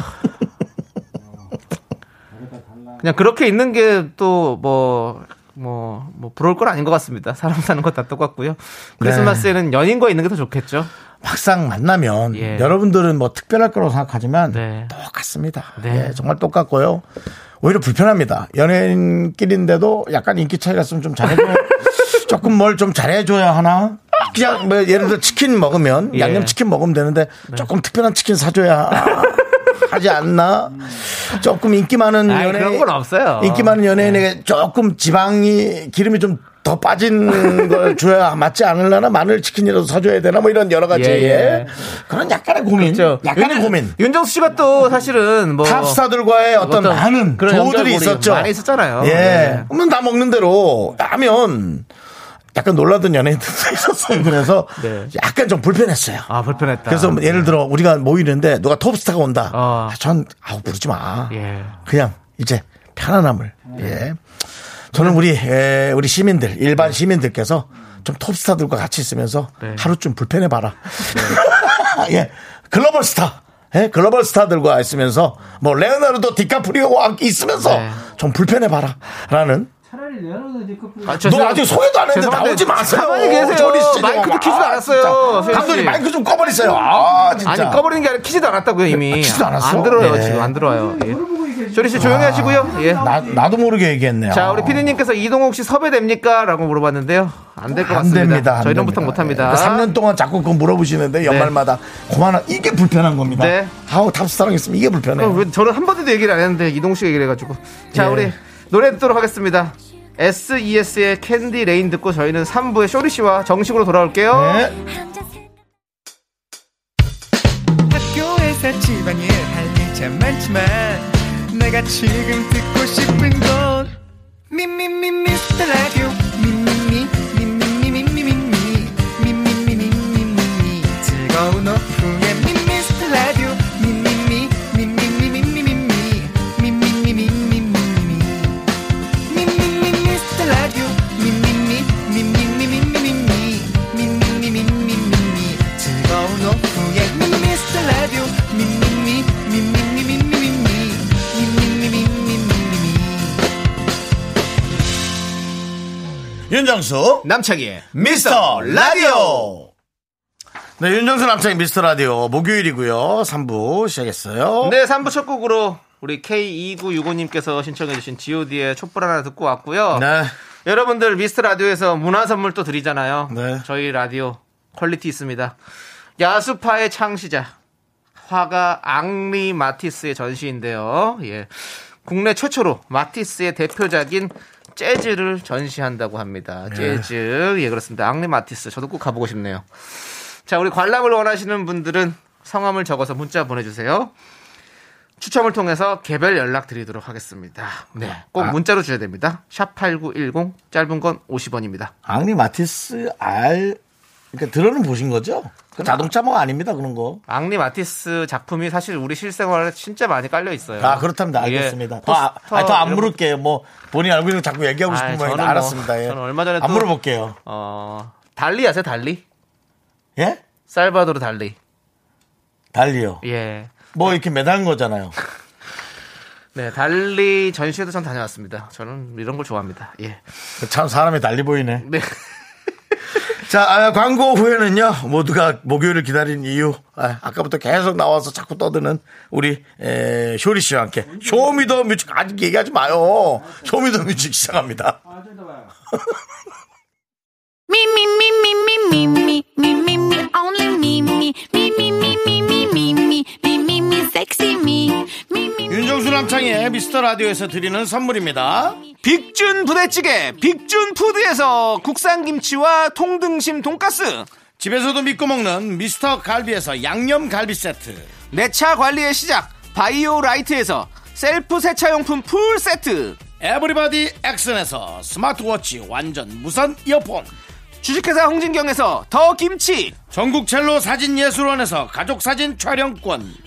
S2: 그냥 그렇게 있는 게 또 뭐. 뭐, 뭐, 부러울 건 아닌 것 같습니다. 사람 사는 것 다 똑같고요.
S1: 네.
S2: 크리스마스에는 연인과 있는 게 더 좋겠죠.
S1: 막상 만나면
S2: 예.
S1: 여러분들은 뭐 특별할 거라고 생각하지만
S2: 네.
S1: 똑같습니다.
S2: 네.
S1: 예, 정말 똑같고요. 오히려 불편합니다. 연예인끼리인데도 약간 인기 차이가 있으면 좀 잘해줘. 조금 뭘 좀 잘해줘야 하나? 그냥 뭐 예를 들어 치킨 먹으면
S2: 예. 네.
S1: 양념치킨 먹으면 되는데 조금 특별한 치킨 사줘야 하지 않나? 조금 인기 많은
S2: 아이,
S1: 연예인
S2: 그런 건 없어요.
S1: 인기 많은
S2: 네.
S1: 연예인에게 조금 지방이 기름이 좀 더 빠진 걸 줘야 맞지 않을라나 마늘 치킨이라도 사줘야 되나 뭐 이런 여러 가지
S2: 예, 예.
S1: 그런 약간의 고민,
S2: 그렇죠.
S1: 약간의
S2: 윤-
S1: 고민.
S2: 윤정수 씨가 또 사실은 뭐
S1: 탑스타들과의 어떤,
S2: 어떤
S1: 많은
S2: 그런
S1: 조우들이
S2: 연결고리
S1: 있었죠.
S2: 많이 있었잖아요.
S1: 예.
S2: 네.
S1: 그러면 다 먹는 대로 하면 약간 놀라던 연예인들도 있었어요. 그래서
S2: 네.
S1: 약간 좀 불편했어요.
S2: 아 불편했다.
S1: 그래서 뭐 예를 들어 우리가 모이는데 누가 톱스타가 온다.
S2: 어.
S1: 아, 전 아우 부르지 마.
S2: 예. 네.
S1: 그냥 이제 편안함을. 예. 저는 우리 예, 우리 시민들 일반 시민들께서 좀 톱스타들과 같이 있으면서
S2: 네.
S1: 하루 좀 불편해 봐라. 예. 글로벌 스타. 예, 글로벌 스타들과 있으면서 뭐 레오나르도 디카프리오와 함께 있으면서
S2: 네.
S1: 좀 불편해 봐라. 라는
S2: 아,
S1: 너 아직 소개도 안 했는데 나오지 마세요.
S2: 가만히 계세요.
S1: 조리 씨,
S2: 마이크도
S1: 아,
S2: 키지도 않았어요.
S1: 진짜.
S2: 세현 씨.
S1: 감독님 마이크 좀 꺼버리세요. 아 진짜.
S2: 아니 꺼버리는 게 아니라 키지도 않았다고요 이미.
S1: 키지도 않았어?
S2: 안 들어요
S1: 네.
S2: 지금 안 들어요. 예. 조리 씨 조용히 하시고요. 예.
S1: 나, 나도 모르게 얘기했네요.
S2: 자 우리 피디님께서 이동욱 씨 섭외됩니까라고 물어봤는데요. 안 될 것
S1: 안
S2: 같습니다.
S1: 됩니다. 안
S2: 저희는
S1: 됩니다.
S2: 부탁 못합니다.
S1: 예. 그 3년 동안 자꾸 그거 물어보시는데 연말마다 고만한 이게 불편한 겁니다.
S2: 네.
S1: 아우 탑스타랑 있으면 이게
S2: 어,
S1: 불편해요.
S2: 왜 저는 한 번도 얘기를 안 했는데 이동욱 씨가 얘기를 해가지고 자
S1: 예.
S2: 우리 노래 듣도록 하겠습니다. SES의 캔디 레인 듣고 저희는 3부의 쇼리 씨와 정식으로 돌아올게요.
S1: 네.
S3: 혼자 생
S4: 학교에서 집안일 할 일 참 많지만 내가 지금 듣고 싶은 건 미미미 미스터 라디오 미미미 미미미 미미미 미미미 미미미 즐거운 오후에 미스터 라디오 미미미 미미미 미미미 미미미 미미미 미미미 미스터 라디오 미미미 미미미 미미미 미미미 미미미 즐거운 오후에 미스터 라디오 미미미 미미미 미미미 미미미 미미미
S1: 윤정수
S2: 남창희의
S1: 미스터 라디오. 네, 윤정수 남창의 미스터 라디오 목요일이고요. 3부 시작했어요.
S2: 네, 3부 첫 곡으로 우리 K2965님께서 신청해주신 GOD의 촛불 하나 듣고 왔고요.
S1: 네.
S2: 여러분들 미스트 라디오에서 문화 선물 또 드리잖아요.
S1: 네.
S2: 저희 라디오 퀄리티 있습니다. 야수파의 창시자 화가 앙리 마티스의 전시인데요. 예. 국내 최초로 마티스의 대표작인 재즈를 전시한다고 합니다. 재즈. 예, 그렇습니다. 앙리 마티스. 저도 꼭 가보고 싶네요. 자, 우리 관람을 원하시는 분들은 성함을 적어서 문자 보내주세요. 추첨을 통해서 개별 연락 드리도록 하겠습니다. 네. 꼭
S1: 아.
S2: 문자로 주셔야 됩니다. 샵8910 짧은 건 50원입니다.
S1: 앙리 마티스 R 그러니까 들어는 보신 거죠? 그 자동차 뭐 아닙니다 그런 거.
S2: 앙리 마티스 작품이 사실 우리 실생활에 진짜 많이 깔려 있어요.
S1: 아 그렇답니다
S2: 예,
S1: 알겠습니다.
S2: 포스터
S1: 더안
S2: 이런
S1: 물을게요. 뭐 본인 알고 있는 거 자꾸 얘기하고
S2: 아이,
S1: 싶은 모양인데
S2: 저는 뭐,
S1: 알았습니다. 예.
S2: 저는 얼마 전에
S1: 안
S2: 또-
S1: 물어볼게요.
S2: 거- 어, 달리 아세요? 달리?
S1: 예?
S2: 살바도르 달리.
S1: 달리요.
S2: 예.
S1: 뭐 이렇게 매달은 거잖아요.
S2: 네, 달리 전시회도 전 다녀왔습니다. 저는 이런 걸 좋아합니다. 예.
S1: 참 사람이 달리 보이네.
S2: 네.
S1: 자, 아, 광고 후에는요, 모두가 목요일을 기다린 이유, 아, 아까부터 계속 나와서 자꾸 떠드는 우리, 에, 쇼리 씨와 함께, 쇼미더 뮤직, 아직 얘기하지 마요. 쇼미더 뮤직 시작합니다.
S3: Me, me, me, me, me, me, me, me, me, me, only me, me, me, me, me, me, me, me, me, me, me, me, sexy me, me, me.
S1: 윤정수 남창의 미스터 라디오에서 드리는 선물입니다.
S2: 빅준 부대찌개, 빅준 푸드에서 국산 김치와 통등심 돈가스,
S1: 집에서도 믿고 먹는 미스터 갈비에서 양념 갈비 세트.
S2: 내 차 관리의 시작, 바이오 라이트에서 셀프 세차용품 풀 세트,
S1: 에브리바디 액션에서 스마트워치 완전 무선 이어폰.
S2: 주식회사 홍진경에서 더 김치,
S1: 전국 첼로 사진 예술원에서 가족 사진 촬영권.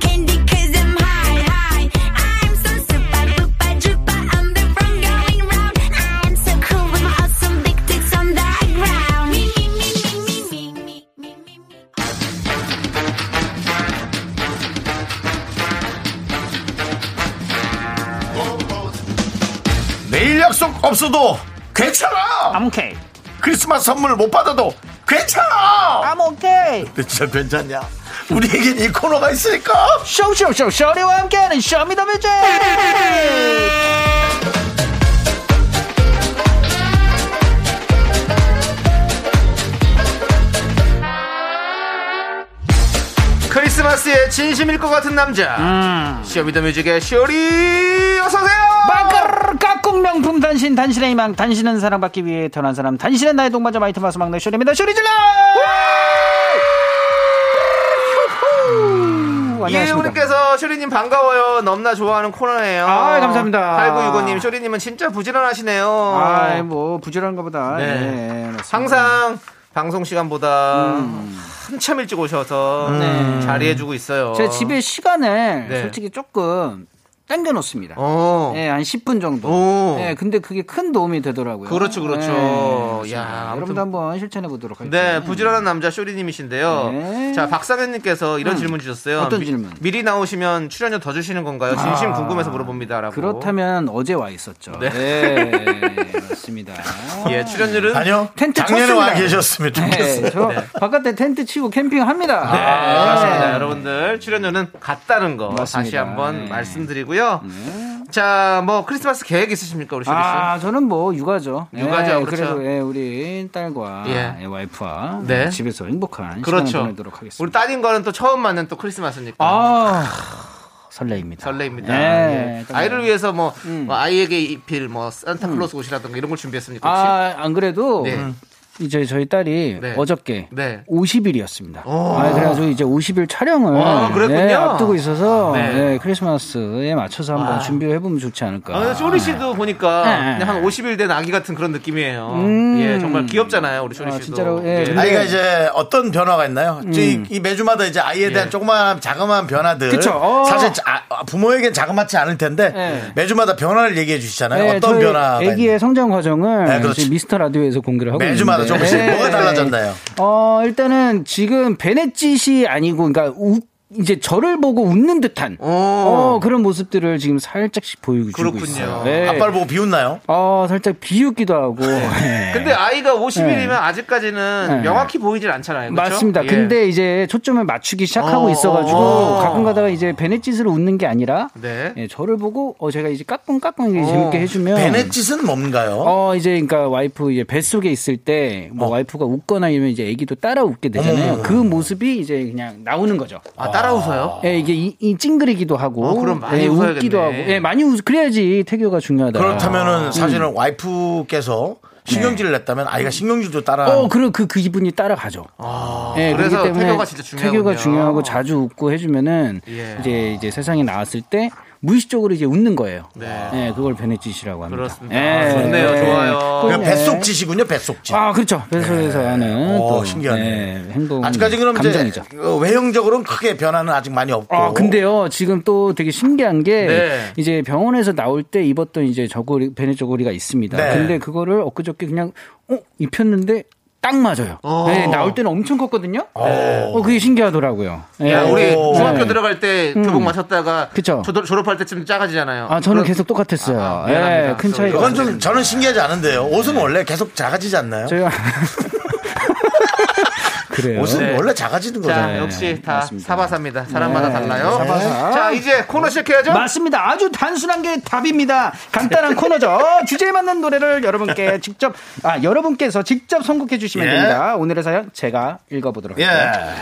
S3: candy 'cause I'm high, high. I'm so super duper duper. I'm the one going round. I'm so cool with my awesome big tits on the ground. Me, me, me, me, me, me, me, me, me, me.
S1: 내일 약속 없어도 괜찮아. I'm okay. 크리스마스 선물 못 받아도 괜찮아. I'm okay. 근데 진짜 괜찮냐? 우리에겐 이 코너가 있으니까.
S5: 쇼쇼쇼 쇼리와 함께하는 쇼미더뮤직
S2: 크리스마스에 진심일 것 같은 남자,
S5: 음.
S2: 쇼미더뮤직의 쇼리, 어서오세요!
S5: 빵가르르 깍꿍 명품 단신 단신의 희망 단신은 사랑받기 위해 태어난 사람 단신은 나의 동반자 마이트 마스 막내 쇼리입니다 쇼리 질러
S2: 예!
S5: 휴후. 음, 안녕하십니까
S2: 이혜우님께서 예, 쇼리님 반가워요. 넘나 좋아하는 코너예요.
S5: 아, 감사합니다.
S2: 8965님, 쇼리님은 진짜 부지런하시네요.
S5: 아이 뭐 부지런한가 보다
S2: 네.
S5: 예, 맞습니다.
S2: 항상 방송 시간보다
S5: 음.
S2: 한참 일찍 오셔서 자리해주고 있어요.
S5: 네. 제가 집에 시간을
S2: 네.
S5: 솔직히 조금 당겨놓습니다
S2: 어.
S5: 예, 한 10분
S2: 오.
S5: 정도. 예, 근데 그게 큰 도움이 되더라고요.
S2: 그렇죠, 그렇죠.
S5: 예,
S2: 야,
S5: 그렇습니다.
S2: 아무튼-
S5: 여러분도 한번 실천해 보도록 할게요.
S2: 네, 부지런한 남자 쇼리님이신데요.
S5: 음. 네. 음.
S2: 자, 박상현님께서 이런 질문 주셨어요.
S5: 어떤
S2: 미-
S5: 질문? 아,
S2: 미리 나오시면 출연료 더 주시는 건가요? 진심 궁금해서 물어봅니다라고.
S5: 그렇다면 어제 와 있었죠.
S2: 네.
S5: 네, 맞습니다. 음.
S2: 예, 출연료는
S1: 아니요.
S5: 텐트
S1: 작년에
S5: 쳤습니다.
S1: 와 계셨으면 좋겠어요.
S5: 네, 저 바깥에 텐트 치고 캠핑합니다.
S2: 네, 맞습니다. 여러분들 출연료는 같다는 거 다시
S5: 아. 맞습니다.
S2: 한번
S5: 네.
S2: 말씀드리고요. 자, 뭐 크리스마스 계획 있으십니까, 우리 쇼리 씨?
S5: 아, 저는 뭐 육아죠.
S2: 육아죠,
S5: 예,
S2: 그렇죠.
S5: 그래도 예, 우리 딸과
S2: 예.
S5: 예, 와이프와
S2: 네.
S5: 집에서 행복한 시간을
S2: 그렇죠.
S5: 보내도록 하겠습니다.
S2: 우리 따님과는 또 처음 맞는 또 크리스마스니까
S5: 아, 설레입니다.
S2: 설레입니다.
S5: 예,
S2: 예.
S5: 깜짝이야.
S2: 아이를 위해서 뭐,
S5: 음.
S2: 뭐 아이에게 입힐 뭐 산타클로스 옷이라든가 이런 걸 준비했습니까? 혹시?
S5: 아, 안 그래도
S2: 네.
S5: 음, 이제 저희 딸이
S2: 네.
S5: 어저께
S2: 네.
S5: 50일이었습니다. 아, 그래가지고 이제 50일 촬영을
S2: 아, 그랬군요.
S5: 네, 앞두고 있어서
S2: 네.
S5: 네, 크리스마스에 맞춰서 한번 준비를 해보면 좋지 않을까.
S2: 아, 쇼리 씨도 보니까
S5: 네.
S2: 그냥 한 50일 된 아기 같은 그런 느낌이에요.
S5: 음.
S2: 예, 정말 귀엽잖아요, 우리 쇼리
S5: 아,
S2: 씨도.
S5: 진짜로, 예.
S2: 예.
S5: 아이-
S1: 아이가 이제 어떤 변화가 있나요? 이, 이 매주마다 이제 아이에 대한
S2: 예.
S1: 조그마한 자그마한 변화들
S5: 음. 그쵸. 어.
S1: 사실 자- 아, 부모에겐 자그마치 않을 텐데
S5: 예.
S1: 매주마다 변화를 얘기해 주시잖아요.
S5: 네,
S1: 어떤
S5: 저희
S1: 변화가 있나요?
S5: 아기의 성장 과정을
S1: 네, 그렇죠.
S5: 지금 미스터 라디오에서 공개를 하고
S1: 매주마다
S5: 있는데.
S1: 조금씩
S5: 네.
S1: 뭐가 달라졌나요?
S5: 어, 일단은 지금 베네짓이 아니고, 그러니까 우- 이제 저를 보고 웃는 듯한 어, 그런 모습들을 지금 살짝씩 보여주고
S2: 그렇군요.
S5: 있어요. 네.
S1: 아빠를 보고 비웃나요?
S5: 어, 살짝 비웃기도 하고. 네.
S2: 근데 아이가 50일이면 아직까지는
S5: 네.
S2: 명확히 보이질 않잖아요. 그렇죠?
S5: 맞습니다.
S2: 예.
S5: 근데 이제 초점을 맞추기 시작하고
S2: 어,
S5: 있어가지고
S2: 어.
S5: 가끔 가다가 이제 베네짓으로 웃는 게 아니라
S2: 네.
S5: 예, 저를 보고 어 제가 이제 까꿍까꿍 게 재밌게 해주면
S1: 어. 베네짓은 뭔가요?
S5: 어 이제 그러니까 와이프 이제 뱃속에 있을 때 뭐
S1: 어.
S5: 와이프가 웃거나 이러면 이제 아기도 따라 웃게 되잖아요.
S1: 어머.
S5: 그 모습이 이제 그냥 나오는 거죠.
S2: 음. 아, 따라 웃어요?
S5: 예, 이게 이, 이 찡그리기도 하고,
S2: 어, 그럼 많이
S5: 예,
S2: 웃어야겠네.
S5: 웃기도 하고, 예, 많이 웃 그래야지 태교가 중요하다.
S1: 그렇다면은
S5: 아.
S1: 사실은
S5: 음.
S1: 와이프께서 신경질을 냈다면 아이가 신경질도 따라.
S5: 네.
S1: 그러니까
S5: 어, 그럼 그, 그 기분이 따라가죠. 예,
S2: 아, 그래서
S5: 그렇기 때문에
S2: 태교가 진짜 중요하군요.
S5: 태교가 중요하고 자주 웃고 해주면은
S2: 예.
S5: 이제 이제 세상에 나왔을 때 무의식적으로 이제 웃는 거예요.
S2: 네.
S5: 예, 그걸 베네짓이라고 합니다.
S2: 그렇습니다. 아, 좋네요.
S5: 예.
S2: 좋아요.
S5: 그러니까
S1: 그냥 뱃속짓이군요, 뱃속짓.
S5: 아, 그렇죠. 배속에서 하는
S1: 오,
S5: 또
S1: 신기하네.
S5: 예, 행동
S1: 아직까지 그럼
S5: 감정이죠.
S1: 이제 어, 외형적으로는 크게 변화는 아직 많이 없고.
S5: 아, 근데요, 지금 또 되게 신기한 게,
S2: 네.
S5: 이제 병원에서 나올 때 입었던 이제 저고리, 베네 저고리가 있습니다.
S1: 네.
S5: 근데 그거를 엊그저께 그냥, 어, 입혔는데 딱 맞아요. 네, 나올 때는 엄청 컸거든요? 어, 그게 신기하더라고요. 예.
S2: 야, 우리
S1: 오.
S2: 중학교
S5: 네.
S2: 들어갈 때 교복 맞췄다가
S5: 그쵸.
S2: 졸업- 졸업할 때쯤 작아지잖아요.
S5: 아, 저는
S2: 그럼-
S5: 계속 똑같았어요.
S2: 아,
S5: 예,
S2: 미안합니다.
S5: 큰 차이가.
S1: 그건 좀 저는 신기하지 않은데요. 옷은 원래 계속 작아지지 않나요?
S5: 네. 저희가. 그래요.
S1: 옷은
S2: 네.
S1: 원래 작아지는
S2: 자,
S1: 거잖아요.
S2: 역시 다 사바사입니다. 사람마다
S5: 네.
S2: 달라요. 자, 이제 코너 시작해야죠.
S5: 맞습니다. 아주 단순한 게 답입니다. 간단한 코너죠. 주제에 맞는 노래를 여러분께 직접 아 여러분께서 직접 선곡해 주시면
S1: 예.
S5: 됩니다. 오늘의 사연 제가 읽어보도록
S1: 예.
S5: 할게요.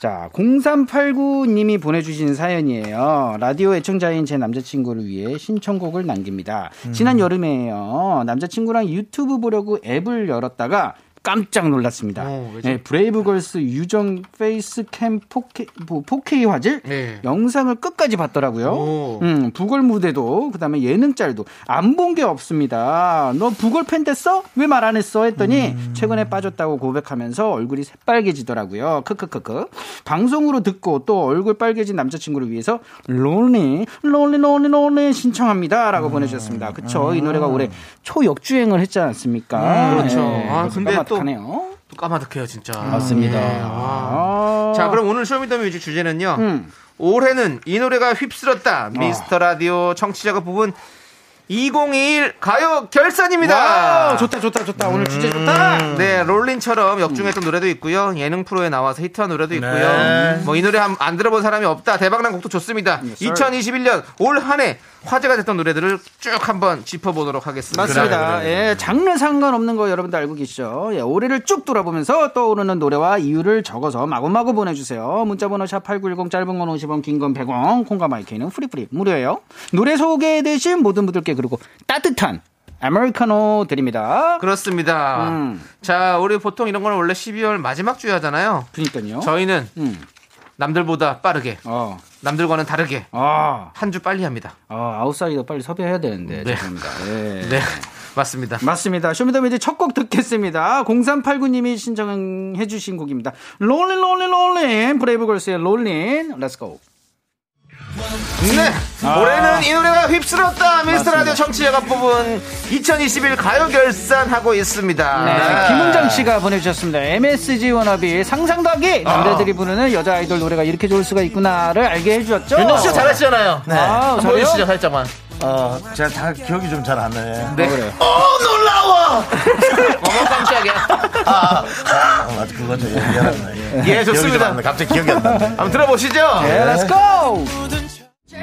S5: 자, 0389님이 보내주신 사연이에요. 라디오 애청자인 제 남자친구를 위해 신청곡을 남깁니다.
S1: 음.
S5: 지난 여름에요. 남자친구랑 유튜브 보려고 앱을 열었다가 깜짝 놀랐습니다. 네, 브레이브걸스 유정 페이스캠 4K, 뭐, 4K 화질
S2: 네.
S5: 영상을 끝까지 봤더라고요.
S2: 오.
S5: 음, 부걸 무대도 그다음에 예능 짤도 안 본 게 없습니다. 너 부걸 팬 됐어? 왜 말 안 했어? 했더니
S2: 음.
S5: 최근에 빠졌다고 고백하면서 얼굴이 새빨개지더라고요. 크크크크. 방송으로 듣고 또 얼굴 빨개진 남자친구를 위해서 롤리 롤리 롤리 롤리
S2: 음.
S5: 신청합니다라고 보내주셨습니다. 그쵸? 이 노래가 올해 초역주행을 했지 않습니까? 네,
S2: 그렇죠. 아,
S5: 그래서
S2: 근데 또-
S5: 까마득하네요.
S2: 또 까마득해요, 진짜.
S5: 맞습니다.
S2: 예.
S5: 아.
S2: 자, 그럼 오늘 쇼미더뮤직 주제는요.
S5: 음. 아.
S2: 올해는 이 노래가 휩쓸었다. 미스터 라디오 청취자가 뽑은 2021 가요 결산입니다.
S5: 와우, 좋다 좋다 좋다. 오늘 주제 좋다.
S2: 네, 롤린처럼 역중했던 노래도 있고요. 예능 프로에 나와서 히트한 노래도 있고요. 뭐 이 노래 한- 안 들어본 사람이 없다. 대박난 곡도 좋습니다. 2021년 올 한 해 화제가 됐던 노래들을 쭉 한번 짚어보도록 하겠습니다.
S5: 맞습니다. 예, 장르 상관없는 거 여러분들 알고 계시죠? 예, 올해를 쭉 돌아보면서 떠오르는 노래와 이유를 적어서 마구마구 보내주세요. 문자번호 샵8910 짧은 건 50원, 긴 건 100원, 콩과 마이크는 프리프리 무료예요. 노래 소개되신 모든 분들께 그리고 따뜻한 아메리카노 드립니다.
S2: 그렇습니다.
S5: 음.
S2: 자, 우리 보통 이런 거는 원래 12월 마지막 주에 하잖아요.
S5: 그러니까요.
S2: 저희는
S5: 음.
S2: 남들보다 빠르게,
S5: 어,
S2: 남들과는 다르게
S5: 아,
S2: 한 주 빨리 합니다.
S5: 아, 아웃사이더 빨리 섭외해야 되는데
S2: 네.
S5: 죄송합니다. 예.
S2: 네, 맞습니다.
S5: 맞습니다. 쇼미더뮤직 첫 곡 듣겠습니다. 0389님이 신청해 주신 곡입니다. 롤린 롤린 롤린 브레이브걸스의 롤린 렛츠고
S2: 네.
S5: 아.
S2: 올해는 이 노래가 휩쓸었다. 미스터 라디오 청취자가 뽑은 2021 가요 결산하고 있습니다.
S5: 네. 김은정 씨가 보내주셨습니다. MSG 워너비 상상덕이
S2: 아.
S5: 남자들이 부르는 여자 아이돌 노래가 이렇게 좋을 수가 있구나를 알게 해주셨죠.
S2: 윤정 씨가 잘하시잖아요. 네.
S5: 아,
S2: 한번
S5: 잘해요?
S2: 해주시죠, 살짝만.
S1: 어, 제가 다 기억이 좀 잘 안
S5: 아,
S1: 나요.
S2: 네.
S1: 어, 놀라워!
S2: 어머, 깜짝이야.
S1: 아, 아, 맞아, 그거죠. 예, 미안합니다.
S2: 예,
S1: 기억이 좀안
S2: 좋습니다.
S1: 나. 갑자기 기억이 안 나네.
S2: 한번 들어보시죠.
S5: 네, 렛츠고.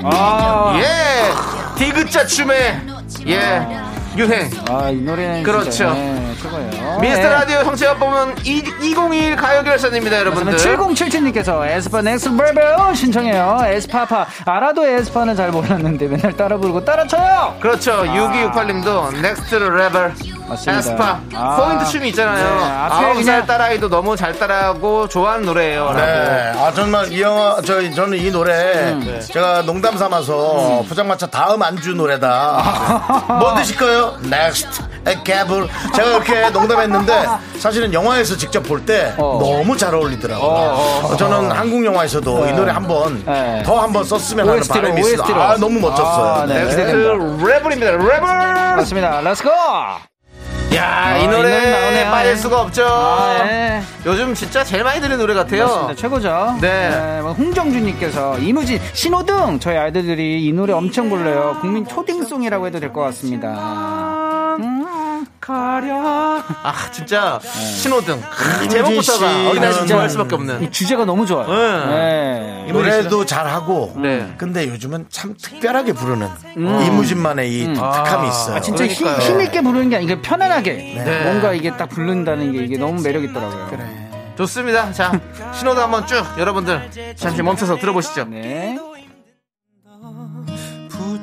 S5: 아,
S2: 예. 디귿자 춤의 예. 유행.
S5: 아, 이 노래는
S2: 그렇죠.
S5: 진짜, 네, 최고예요.
S2: 미스터
S5: 네.
S2: 라디오 청취자 뽑은 2021 가요 결산입니다, 여러분들.
S5: 7077님께서 에스파 넥스 브레이브 신청해요. 에스파파 알아도 에스파는 잘 몰랐는데 맨날 따라 부르고 따라 쳐요.
S2: 그렇죠. 6268님도 넥스트 레벨
S5: 아. 맞습니다.
S2: 에스파
S5: 아.
S2: 포인트 춤이 있잖아요.
S5: 네, 앞에
S2: 아홉 살
S5: 그냥-
S2: 딸아이도 너무 잘 따라하고 좋아하는 노래예요.
S1: 네. 아, 정말 이 영화, 저, 저는 이 노래 제가 농담 삼아서 포장마차 다음 안주 노래다. 뭐 드실 거요? Next. 개불 제가 이렇게 농담했는데 사실은 영화에서 직접 볼 때
S5: 어.
S1: 너무 잘 어울리더라고요. 어, 저는 한국 영화에서도 이 노래 한번
S5: 네.
S1: 더 한번 썼으면 하는
S5: OST 로,
S1: 바람이 있어요.
S5: OST 로.
S1: 아 너무 멋졌어요.
S5: 아, 네.
S1: 네.
S2: 넥스트 레벨입니다. 레벨.
S5: 맞습니다. 렛츠고!
S2: 아, 야,
S5: 아,
S2: 이
S5: 이 노래
S2: 노래
S5: 나오네요.
S2: 빠질 수가 없죠.
S5: 아, 예.
S2: 요즘 진짜 제일 많이 들리는 노래 같아요.
S5: 맞습니다. 최고죠.
S2: 네.
S5: 뭐 홍정준님께서 이무진 신호등 저희 아이들이 이 노래 엄청 불러요. 국민 초딩송이라고 해도 될 것 같습니다. 음, 가려.
S2: 아, 진짜
S5: 네.
S2: 신호등. 크,
S5: 음,
S1: 이문진
S2: 제목부터가
S1: 씨는
S2: 어린아이들 좋아할 수밖에 없는.
S5: 이 주제가 너무 좋아요. 네.
S1: 노래도 잘하고
S2: 네.
S1: 근데 요즘은 참 특별하게 부르는
S5: 음.
S1: 이무진만의 이 독특함이 있어요.
S5: 아. 진짜 힘,
S2: 그러니까요.
S5: 힘 있게 부르는 게 아니라 편안하게
S2: 네.
S5: 뭔가 이게 딱 부른다는 게 이게 너무 매력 있더라고요.
S2: 좋습니다. 자, 신호도 한번 쭉 여러분들 잠시 멈춰서 들어보시죠.
S5: 네.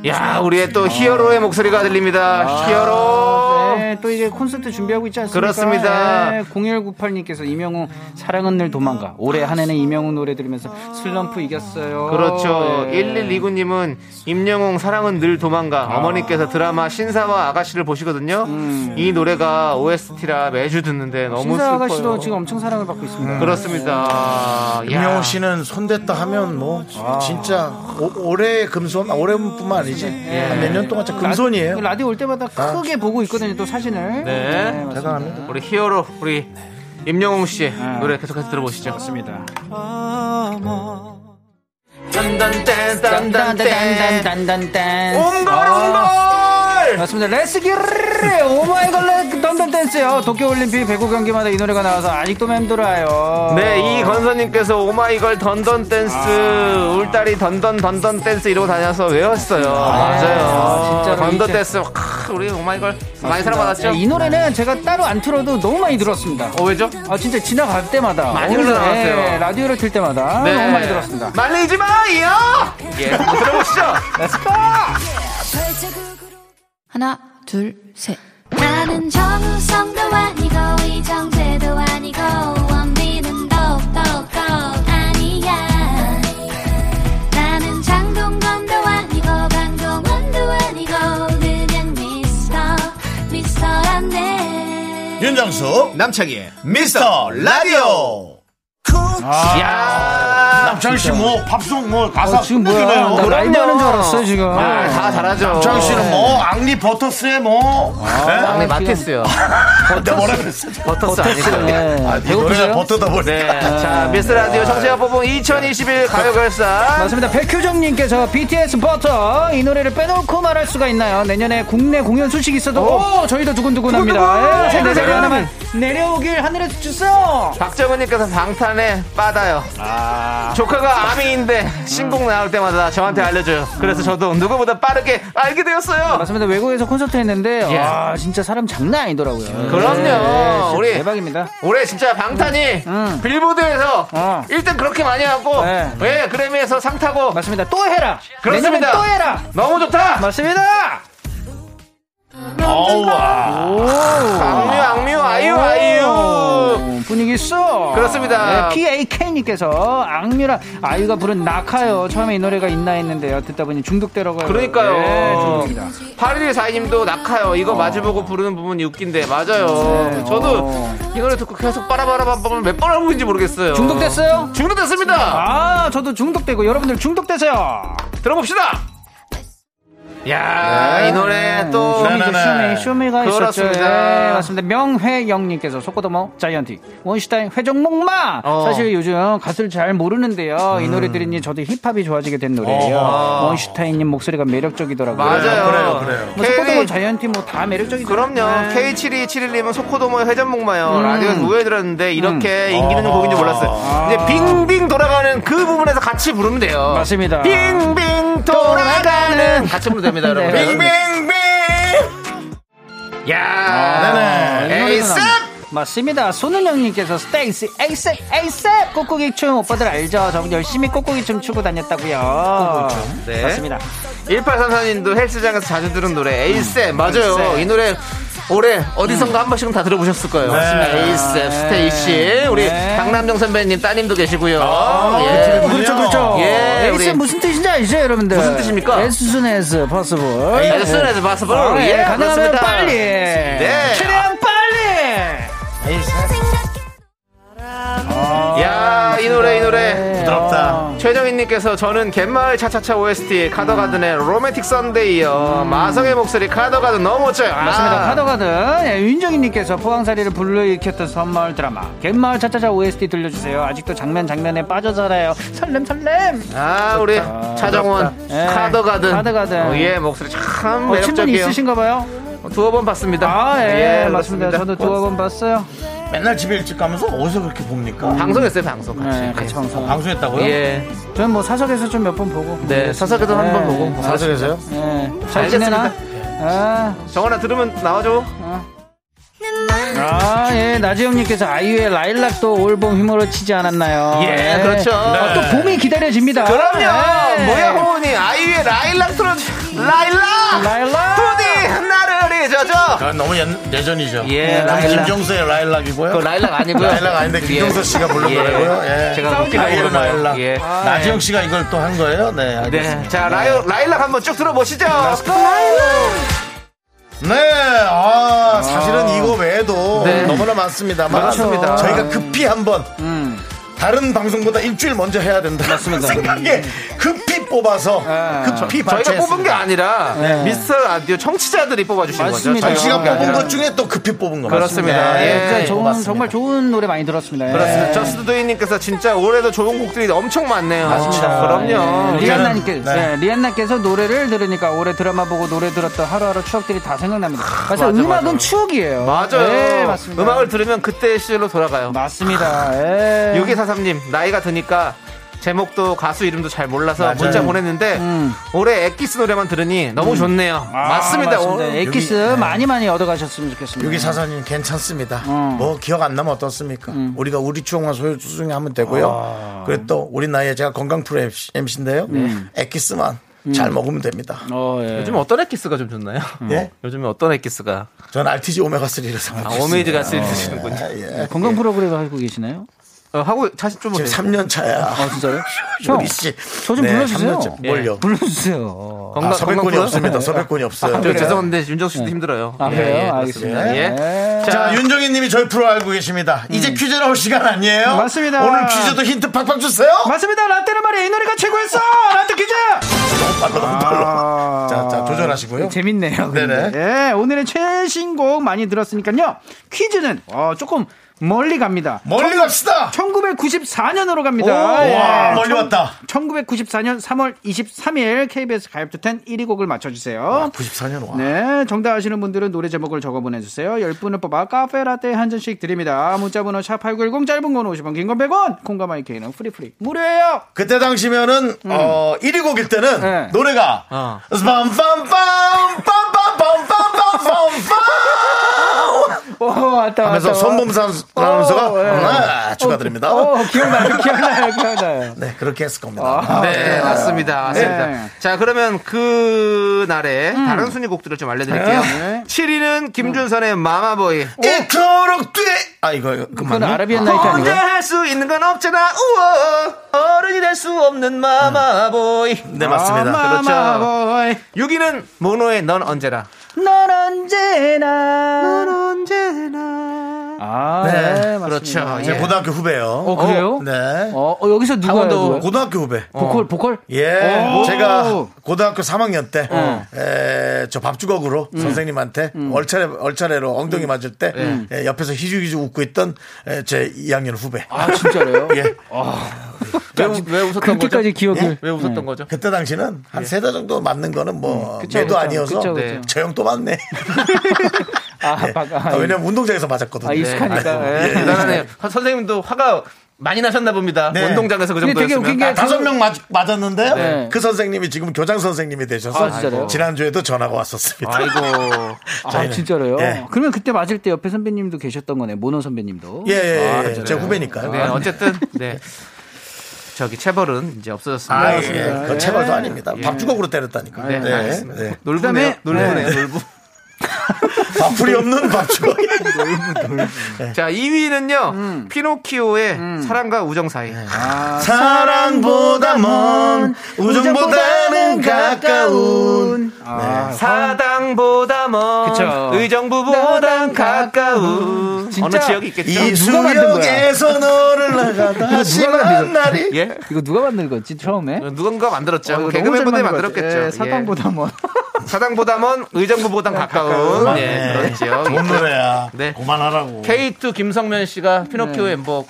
S2: 야, 우리의 또 히어로의 목소리가 들립니다. 히어로.
S5: 아. 네, 또 이제 콘서트 준비하고 있지 않습니까?
S2: 그렇습니다.
S5: 0198님께서 이명웅 사랑은 늘 도망가. 올해 한 해는 이명웅 노래 들으면서 슬럼프 이겼어요.
S2: 그렇죠.
S5: 예.
S2: 1129님은 임영웅 사랑은 늘 도망가. 어머니께서 드라마 신사와 아가씨를 보시거든요. 이 노래가 OST라 매주 듣는데 너무
S5: 신사
S2: 슬퍼요. 네. 그렇죠.
S5: 아가씨도 지금 엄청 사랑을 받고 있습니다.
S2: 그렇습니다. 야.
S1: 김영호 씨는 손댔다 하면 뭐
S5: 아.
S1: 진짜 오- 올해 금손 아, 올해뿐만 아니지 한 몇 년 동안 진짜 금손이에요.
S5: 예. 그 라- 라디오 올 때마다 크게 보고 있거든요, 또 사진을.
S2: 아. 네.
S5: 맞습니다.
S1: 대단합니다.
S2: 우리 히어로 우리 임영웅 씨 노래 계속해서 들어보시죠.
S5: 맞습니다.
S2: 딴딴딴 딴딴딴
S5: 딴딴딴딴딴.
S2: 옹걸 옹걸
S5: 맞습니다. 레스기르 오마이걸 던던 댄스요. 도쿄올림픽 배구 경기마다 이 노래가 나와서 아직도 맴돌아요.
S2: 네, 이 건서님께서 오마이걸 던던 댄스,
S5: 아.
S2: 울다리 던던 던던 댄스 이러고 다녀서 외웠어요. 맞아요.
S5: 아, 진짜로
S2: 던던
S5: 이제-
S2: 댄스, 크, 우리 오마이걸 많이 사랑받았죠?
S5: 네, 이 노래는 제가 따로 안 틀어도 너무 많이 들었습니다.
S2: 어, 왜죠?
S5: 아 진짜 지나갈 때마다
S2: 많이
S5: 오늘,
S2: 흘러나왔어요. 네.
S5: 예, 라디오를 틀 때마다 너무 네. 많이 들었습니다.
S2: 말리지 마, 이어! 예, 들어보시죠.
S6: 하나, 둘, 셋.
S3: 나는 정우성도 아니고 이정재도 아니고 원빈은 더욱더 아니야 나는 장동건도 아니고 강동원도 아니고 그냥 미스터 미스터란데
S5: 그
S1: 윤정수
S2: 남창희의
S5: 아.
S1: 미스터 라디오.
S2: 야
S1: 남창희 씨뭐 팝송 뭐 가사
S5: 어, 지금 뭐야?
S1: 끝내기네요.
S5: 나 라이브 어. 하는 줄 알았어요 지금.
S2: 아, 다 잘하죠.
S1: 남창희 씨는 뭐 앙리 버터스에 뭐
S5: 아,
S1: 네?
S2: 막내 마티스요.
S1: 내가 뭐라 그랬어?
S2: 버터스 아니고요.
S5: 네.
S1: 아, 이 노래가 버터다 보니
S2: 네. 자, 미스 라디오 청취자 뽑은 2021 가요결산.
S5: 맞습니다. 백효정님께서 BTS 버터 이 노래를 빼놓고 말할 수가 있나요? 내년에 국내 공연 소식이 있어도 오, 저희도
S2: 네,
S5: 두근두근합니다. 예, 세대 자리 하나만 내려오길 하늘에서 주소.
S2: 박정은님께서 방탄에 빠다요.
S5: 아.
S2: 조카가 아미인데 신곡 나올 때마다 저한테 알려줘요. 그래서 저도 누구보다 빠르게 알게 되었어요.
S5: 맞습니다. 외국에서 콘서트 했는데
S2: 예.
S5: 와 진짜 사람 장난 아니더라고요. 네,
S2: 그럼요.
S5: 진짜
S2: 우리-
S5: 대박입니다.
S2: 올해 진짜 방탄이
S5: 음.
S2: 빌보드에서
S5: 어.
S2: 1등 그렇게 많이 하고
S5: 네.
S2: 예, 그래미에서 상 타고
S5: 맞습니다. 또 해라.
S2: 그렇습니다.
S5: 내년엔 또 해라.
S2: 너무 좋다.
S5: 맞습니다.
S1: 어우와
S2: 악뮤 악뮤 아이유 아이유.
S5: 오, 분위기 쏘.
S2: 그렇습니다.
S5: 네, PAK님께서 악뮤라 아이유가 부른 낙하요. 처음에 이 노래가 있나 했는데요. 듣다 보니 중독되라고요. 네,
S2: 그러니까요.
S5: 중독입니다. 어.
S2: 8일 사이님도 낙하요. 이거 마주보고 부르는 부분이 웃긴데 맞아요.
S5: 네.
S2: 저도
S5: 어.
S2: 이 노래 듣고 계속 빠라바라밤을 몇 번 하고 있는지 모르겠어요.
S5: 중독됐어요?
S2: 중독됐습니다.
S5: 아, 저도 중독되고 여러분들 중독되세요.
S2: 들어봅시다. 야, 이 노래 또
S1: 네.
S5: 쇼미죠,
S1: 네네네.
S5: 쇼미, 쇼미가 있었죠.
S2: 그렇습니다.
S5: 네, 맞습니다. 명회영님께서 소코도모 자이언티 원시타인 회종목마.
S2: 어. 음.
S5: 사실 요즘 가수를 잘 모르는데요. 이 노래 들으니 저도 힙합이 좋아지게 된 노래예요.
S2: 어.
S5: 원시타인님 목소리가 매력적이더라고요.
S2: 맞아요.
S1: 그래요, 그래요.
S5: 뭐 소코도모 자이언티 뭐 다 매력적이죠. 네.
S2: 그럼요. K7271님은 소코도모의 회전목마요.
S5: 음.
S2: 라디오에서 우회 들었는데 이렇게 인기
S1: 아.
S2: 있는 곡인지 몰랐어요. 이제 빙빙 돌아가는 그 부분에서 같이 부르면 돼요.
S5: 맞습니다.
S2: 빙빙 돌아가는 같이 부르면 됩니다, 여러분.
S5: 네.
S2: 빙빙빙. 야.
S5: 아, 이 네, 노래도
S2: 에이스.
S5: 나옵니다. 맞습니다. 손은영님께서 스테이스 에이스 에이스 꾹꾹이 춤 오빠들 알죠? 저 열심히 꾹꾹이 춤 추고 다녔다고요.
S2: 네.
S5: 맞습니다.
S2: 1834님도 헬스장에서 자주 들은 노래 에이셉 맞아요
S5: 음, 에이셉.
S2: 이 노래 올해 어디선가 한 번씩은 다 들어보셨을 거예요 에이셉 스테이시 우리
S5: 네.
S2: 강남정 선배님 따님도 계시고요
S5: 어,
S2: 예.
S5: 그렇죠, 그렇죠.
S2: 예,
S5: 에이스
S2: 우리-
S5: 무슨 뜻인지 아시죠, 여러분들?
S2: 무슨 뜻입니까?
S5: 에스순에스 possible.
S2: 에이스에서 봤어
S5: 예,
S2: 예
S5: 가능하면
S2: 그렇습니다.
S5: 빨리.
S2: 네.
S5: 최대한 빨리.
S2: 아, 야, 이 노래, 이
S5: 네.
S2: 노래.
S5: 아.
S1: 부럽다.
S2: 최정희님께서 저는 갯마을 차차차 OST 카더가든의 로맨틱 선데이요. 마성의 목소리 카더가든 너무 멋져요. 아.
S5: 음. 맞습니다. 카더가든 예, 윤정희님께서 포항사리를 불러일으켰던 섬마을 드라마 갯마을 차차차 OST 들려주세요. 아직도 장면 장면에 빠져 살아요. 어, 설렘 설렘.
S2: 아, 우리 차정원
S5: 예.
S2: 카더가든.
S5: 카더가든.
S2: 어, 예, 목소리 참
S5: 어, 친분
S2: 매력적이에요.
S5: 있으신가봐요.
S2: 어, 두어 번 봤습니다.
S5: 아 예, 맞습니다.
S2: 그렇습니다.
S5: 저도 두어 번 봤어요.
S1: 맨날 집에 일찍 가면서 어디서 그렇게 봅니까?
S5: 음.
S2: 방송했어요, 방송. 같이.
S5: 네, 같이 방송.
S1: 방송했다고요?
S2: 예.
S5: 저는 뭐 사석에서 좀 몇 번 보고.
S2: 네, 사석에도 한 번 보고.
S1: 사실에서요?
S5: 예, 잘 지내나? 아,
S2: 정원아, 들으면 나와줘.
S3: 내 마음
S5: 아, 예. 나재영님께서 아이유의 라일락도 올봄 힘으로 치지 않았나요?
S2: 예, 그렇죠.
S1: 네.
S5: 아, 또 봄이 기다려집니다.
S2: 그럼요.
S5: 예.
S2: 뭐야 호은이 아이유의 라일락 틀어주 라일락
S5: 라일락!
S2: 부디 나를 잊어줘.
S1: 그건 아, 너무 옛- 예전이죠.
S2: 예,
S1: 그건
S2: 라일락.
S1: 김종서의 라일락이고요.
S2: 그 라일락 아니고요.
S1: 라일락 아닌데 김종서 씨가 부른
S2: 예.
S1: 거라고요. 예.
S2: 제가 웃기려고
S1: 아이유의
S2: 그런 거예요.
S1: 라일락.
S2: 예.
S1: 나지영 씨가 이걸 또 한 거예요. 네, 알겠습니다.
S2: 네, 자 라이, 라일락 한번 쭉 들어보시죠.
S1: 네, 아, 사실은 이거 외에도
S2: 네.
S1: 너무나 많습니다만
S2: 맞습니다. 음.
S1: 저희가 급히 한번 다른 방송보다 일주일 먼저 해야 된다. 맞습니다. 생각에 급히 뽑아서 급히
S2: 음. 저희가
S1: 발췌했습니다.
S2: 뽑은 게 아니라 미스터 라디오 청취자들이 뽑아주신
S5: 네. 맞습니다.
S2: 거죠.
S1: 시간
S2: 저희가
S5: 저희가
S1: 뽑은
S2: 아니라.
S1: 것 중에 또 급히 뽑은 거
S2: 그렇습니다.
S1: 맞습니다.
S2: 예,
S5: 진짜 좋은,
S1: 고맙습니다.
S5: 정말 좋은 노래 많이 들었습니다. 예.
S2: 그렇습니다. 저스트도이님께서 진짜 올해도 좋은 곡들이 엄청 많네요. 맞습니다. 아, 그럼요.
S1: 예.
S5: 리안나님께서
S1: 네.
S5: 네, 리안나께서 노래를 들으니까 올해 드라마 보고 노래 들었던 하루하루 추억들이 다 생각납니다. 그래서 음악은 추억이에요.
S2: 맞아요.
S5: 네, 맞습니다.
S2: 음악을 들으면 그때 시절로 돌아가요.
S5: 맞습니다. 예.
S2: 6243님, 나이가 드니까 제목도 가수 이름도 잘 몰라서
S1: 맞아요.
S2: 문자 보냈는데 올해 엑기스 노래만 들으니 너무 좋네요. 맞습니다.
S5: 아,
S2: 어,
S5: 맞습니다.
S2: 오-
S5: 엑기스
S1: 여기, 네.
S5: 많이 많이 얻어가셨으면 좋겠습니다.
S1: 여기 사사님 괜찮습니다. 뭐 기억 안 나면 어떻습니까? 우리가 우리 추억만 소유주중에 하면 되고요. 그리고 또 우리 나이에 제가 건강 프로 MC인데요. 엑기스만 잘 먹으면 됩니다.
S5: 어, 예.
S2: 요즘 어떤 엑기스가 좀 좋나요?
S1: 예?
S2: 요즘에 어떤 엑기스가?
S1: 전 RTG 오메가 3를
S2: 아,
S1: 생각하고
S2: 오메이즈 가스
S1: 있습니다.
S2: 드시는군요.
S1: 아, 예.
S5: 건강 프로그램 하고 계시나요?
S2: 어, 하고 사실 좀
S1: 지금
S2: 어때요?
S1: 3년 차야.
S5: 아 진짜요?
S1: 우리 씨.
S5: 저좀
S1: 네,
S5: 불러주세요.
S1: 3년 차. 뭘요?
S5: 불러주세요.
S1: 아,
S2: 건강-
S1: 서백권이
S2: 건강
S1: 없습니다. 서백권이 네. 없어요.
S2: 저 죄송한데 윤정수 씨도 힘들어요.
S5: 아, 그래요? 알겠습니다.
S2: 예.
S1: 자,
S2: 자,
S1: 윤정희 님이 저희 프로 알고 계십니다. 이제 퀴즈 나올 시간 아니에요?
S5: 맞습니다.
S1: 오늘 퀴즈도 힌트 팍팍 주세요.
S5: 맞습니다. 라떼는 말이야. 이 노래가 최고였어. 라떼 퀴즈.
S1: 빨로, 빨로.
S5: 아.
S1: 자, 자, 조절하시고요.
S5: 재밌네요.
S1: 네네.
S5: 근데. 예, 오늘의 최신곡 많이 들었으니까요. 퀴즈는 어, 조금 멀리 갑니다.
S1: 멀리 갑시다.
S5: 1994년으로 갑니다. 예.
S1: 와, 멀리 왔다.
S5: 1994년 3월 23일 KBS 가입투텐 1위 곡을 맞춰주세요.
S1: 94년 와.
S5: 네, 정답 아시는 분들은 노래 제목을 적어 보내주세요. 10분을 뽑아 카페라떼 한 잔씩 드립니다. 문자번호 샵8910 짧은 건 50원, 긴 건 100원, 콩가마이 케이는 프리프리. 무료예요!
S1: 그때 당시면은 어 1위 곡일 때는
S5: 음. 네.
S1: 노래가
S2: 어.
S1: 빰빰빰빰빰빰빰빰빰빰
S5: 오, 왔다, 왔다.
S1: 하면서 손범상
S5: 어,
S1: 아나운서가 하나 추가드립니다.
S5: 오, 기억나요, 기억나요, 기억나요.
S1: 네 그렇게 했을
S5: 아,
S1: 겁니다.
S2: 네, 맞습니다. 맞습니다.
S5: 네.
S2: 자, 그러면 그 날에 다른 순위 곡들을 좀 알려드릴게요.
S5: 네.
S2: 7위는 김준선의 마마보이.
S1: 이토록 뛰. 아 이거 이거
S5: 그건
S1: 그만.
S5: 아라비안 나이트
S2: 혼자
S5: 아니에요?
S2: 할 수 있는 건 없잖아. 우와. 어른이 될 수 없는 음. 마마보이.
S1: 네 맞습니다.
S5: 마마보이.
S2: 6위는 모노의 넌 언제라.
S5: 넌 언제나.
S2: 언제나.
S5: 아,
S1: 네,
S5: 네, 맞습니다.
S2: 그렇죠.
S1: 이제 고등학교
S5: 어,
S1: 후배요.
S5: 그래요?
S1: 네.
S5: 어, 어, 여기서 누가 누가요?
S1: 고등학교 후배.
S2: 어.
S5: 보컬, 보컬?
S1: 예,
S5: 오. 어.
S1: 제가 고등학교 3학년 때, 에, 저 밥주걱으로
S5: 음.
S1: 선생님한테 얼차례, 얼차례로 엉덩이 맞을 때,
S5: 음.
S1: 예, 옆에서 희죽희죽 웃고 있던 에, 제 2학년 후배.
S5: 아, 진짜로요?
S1: 예.
S2: 왜, 우- 왜 웃었던 거죠?
S5: 그렇게까지 기억을.
S1: 예?
S2: 왜 웃었던 거죠?
S1: 그때 당시는 한 세 달 정도 맞는 거는 뭐,
S5: 예. 음, 그쵸,
S1: 얘도
S5: 그쵸,
S1: 아니어서,
S5: 그쵸, 그쵸.
S1: 네. 저 형 또 맞네.
S5: 아,
S1: 예.
S5: 박-
S1: 아,
S5: 아,
S1: 왜냐면 운동장에서 맞았거든요. 네.
S5: 아, 익숙하니까.
S1: 아이고,
S5: 예.
S1: 예.
S2: 네. 대단하네요. 선생님도 화가 많이 나셨나 봅니다.
S1: 네.
S2: 운동장에서 그
S5: 근데 되게
S2: 정도였으면.
S5: 웃긴 게
S1: 아, 다섯 명 맞, 맞았는데요.
S5: 네.
S1: 그 선생님이 지금 교장 선생님이 되셔서
S5: 아, 진짜로요?
S1: 지난주에도 전화가 왔었습니다.
S2: 아이고.
S5: 아, 진짜로요?
S1: 예.
S5: 그러면 그때 맞을 때 옆에 선배님도 계셨던 거네. 모노 선배님도.
S1: 예, 예, 예. 제 후배니까요.
S5: 아,
S2: 네, 어쨌든 네. 저기 체벌은 이제 없어졌습니다.
S1: 아, 예. 그건 체벌도 아닙니다. 밥주걱으로 때렸다니까.
S2: 네,
S1: 네. 네.
S2: 알겠습니다. 놀부네요.
S5: 그다음에-
S2: 놀부네요. 놀부.
S1: 밥풀이 없는 밥주걱.
S5: 네.
S2: 자, 2위는요.
S5: 음.
S2: 피노키오의 사랑과 우정 사이.
S5: 네.
S2: 아,
S1: 사랑보다 먼, 우정보다는 가까운.
S5: 아,
S2: 사당보다 먼
S5: 그쵸.
S2: 의정부보단 가까운
S5: 진짜-
S2: 어느 지역이 있겠죠?
S1: 이
S5: 누가 만든 거야?
S1: 수역에서 너를 나가다 심한 날이.
S2: 예?
S5: 이거 누가 만들었지 처음에?
S2: 누군가 만들었죠.
S5: 어, 이거 너무
S2: 개그맨분들이
S5: 잘 만든 것 같아.
S2: 만들었겠죠.
S5: 예, 사탕보다 아, 먼.
S2: 예. 사당보다 먼 의정부보단 가까운 예,
S5: 네.
S2: 그런 지역.
S1: 좋은 노래야.
S2: 네.
S1: 그만하라고.
S2: K2 김성면 씨가 피노키오
S5: 네.
S2: 의 엠버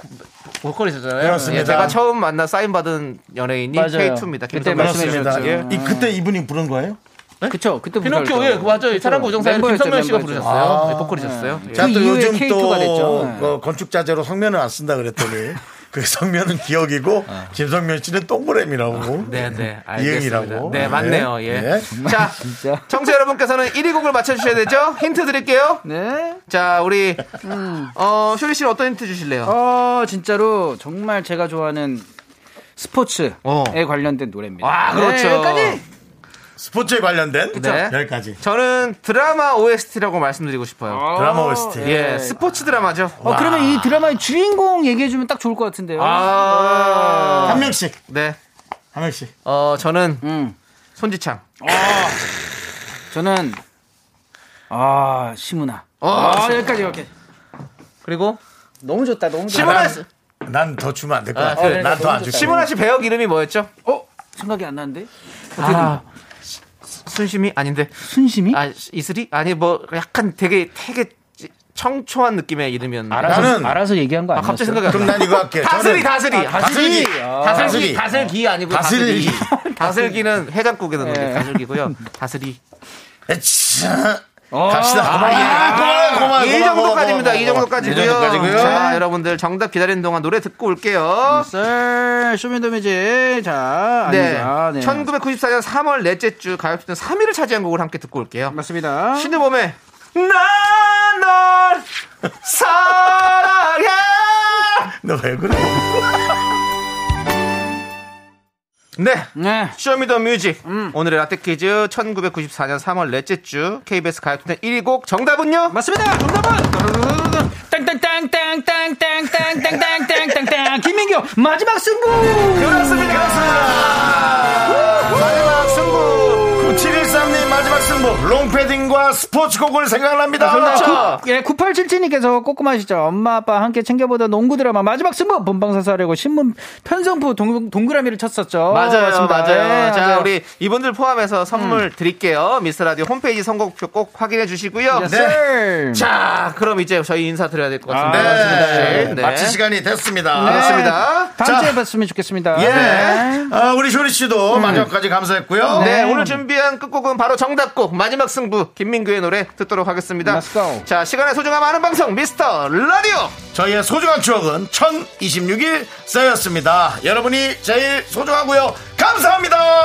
S2: 보컬이셨잖아요.
S1: 그렇습니다.
S2: 예, 제가 처음 만나 사인 받은 연예인이
S5: 맞아요.
S2: K2입니다.
S5: 그때
S2: 김성면 씨.
S5: 말씀해
S1: 맞습니다.
S2: 예.
S1: 이, 그때 이분이 부른 거예요?
S5: 그쵸. 그때
S2: 네? 피노키오 예, 그 맞아요. 사랑과 우정사에
S5: 멤버였죠,
S2: 김성면 씨가
S5: 멤버였죠. 네. 그
S2: 부르셨어요.
S1: 아.
S2: 예, 보컬이셨어요. 예.
S1: 제가 또그
S5: 이후에
S1: 요즘
S5: K2가 됐죠.
S1: 또 건축자재로 성면을 안 쓴다 그랬더니 그 성면은 기억이고 김성면 씨는 동그라미라고. 예.
S2: 네, 네.
S1: 이응이라고.
S2: 알겠습니다. 네, 맞네요. 예.
S1: 네.
S2: 자,
S5: 진짜.
S2: 청취자 여러분께서는 1위 곡을 맞춰주셔야 되죠? 힌트 드릴게요.
S5: 네.
S2: 자, 우리, 어, 쇼리 씨는 어떤 힌트 주실래요?
S5: 음. 어, 진짜로 정말 제가 좋아하는 스포츠에
S2: 어.
S5: 관련된 노래입니다.
S2: 아, 그렇죠.
S5: 네, 여기까지.
S1: 스포츠에 관련된
S2: 네.
S1: 여기까지
S2: 저는 드라마 OST라고 말씀드리고 싶어요.
S1: 드라마 OST.
S2: 예, 스포츠 드라마죠.
S5: 아, 네. 어, 그러면 이 드라마의 주인공 얘기해주면 딱 좋을 것 같은데요.
S2: 아,
S5: 어.
S1: 한 명씩,
S2: 네.
S1: 한 명씩.
S2: 어, 저는
S5: 음.
S2: 손지창.
S5: 저는, 아, 시문아.
S1: 어,
S5: 아, 여기까지, 여기까지.
S2: 그리고
S5: 너무 좋다, 너무 좋다.
S2: 시문아,
S5: 나-
S1: 난 더 주면 안 될 것
S2: 아,
S1: 같아.
S2: 그래.
S1: 난 더 안 줄.
S2: 시문아 씨 배역 이름이 뭐였죠?
S1: 아.
S5: 어? 생각이 안 나는데?
S2: 아, 시- 순심이 아닌데.
S5: 순심이?
S2: 아, 이슬이? 아니, 뭐, 약간 되게, 되게 청초한 느낌의 이름이었는데.
S5: 알아서,
S1: 나는-
S5: 알아서 얘기한 거
S2: 아,
S5: 아니었어?
S2: 갑자기 생각이 안
S1: 그럼
S2: 나.
S1: 난 이거 할게.
S2: 다슬이,
S1: 저는- 아,
S2: 네. 다슬이.
S1: 다슬기.
S2: 다슬기. 다슬기 아니고 다슬기.
S1: 다슬기.
S2: 다슬기는 해장국에 넣는
S5: 예.
S2: 게 다슬기고요. 다슬이.
S1: 에치.
S5: 어.
S1: 갑시다. 고마워요. 고마워요.
S2: 아, 이
S1: 고마워요,
S2: 정도까지입니다.
S1: 아, 고마워요,
S2: 이 정도까지고요.
S1: 이 정도까지고요. 음.
S2: 자, 여러분들 정답 기다리는 동안 노래 듣고 올게요.
S5: 썰, 쇼미더뮤직. 네, 자,
S2: 네.
S5: 아니다. 네.
S2: 1994년 3월 넷째 주 가요톱 3위를 차지한 곡을 함께 듣고 올게요.
S5: 맞습니다.
S2: 신드범의 난널 사랑해
S1: 너왜 그래?
S2: 네
S5: 네.
S2: 쇼미더뮤직 오늘의 라떼퀴즈 1994년 3월 넷째 주 KBS 가요톱텐 1위 곡 정답은요?
S5: 맞습니다. 정답은 땅땅땅땅땅땅땅땅땅땅땅땅땅 김민경 마지막 승부. 아,
S2: 그렇습니다 마지막 승부
S1: 9713님 마지막 승부. 롱패딩과 스포츠곡을 생각납니다.
S2: 그렇죠
S5: 예, 9877님께서 꼬꼬마 시절 엄마 아빠 함께 챙겨보던 농구 드라마 마지막 승부 본방사수하려고 신문 편성부 동, 동그라미를 쳤었죠.
S2: 맞아요
S5: 맞습니다.
S2: 맞아요 음.
S5: 예,
S2: 네. 자
S5: 맞아요.
S2: 우리 이분들 포함해서 선물 드릴게요 미스라디오 홈페이지 선곡표 꼭 확인해 주시고요
S5: Yes, sir.
S2: 자 아, 그럼 이제 저희 인사드려야 될 것
S1: 네.
S2: 같은데
S1: 네.
S2: 네. 네.
S1: 마칠 시간이 됐습니다.
S2: 그렇습니다
S5: 네. 다음
S1: 자.
S5: 주에 뵀으면 좋겠습니다.
S1: 예.
S5: 네.
S1: 아, 우리 쇼리 씨도 마지막까지 감사했고요.
S2: 음. 네, 오늘 준비한 끝곡은 바로 정답곡 마지막 승부 김민규의 노래 듣도록 하겠습니다.
S5: Let's go.
S2: 자, 시간의 소중함 아는 방송 미스터 라디오.
S1: 저희의 소중한 추억은 1026일 쌓였습니다. 여러분이 제일 소중하고요. 감사합니다.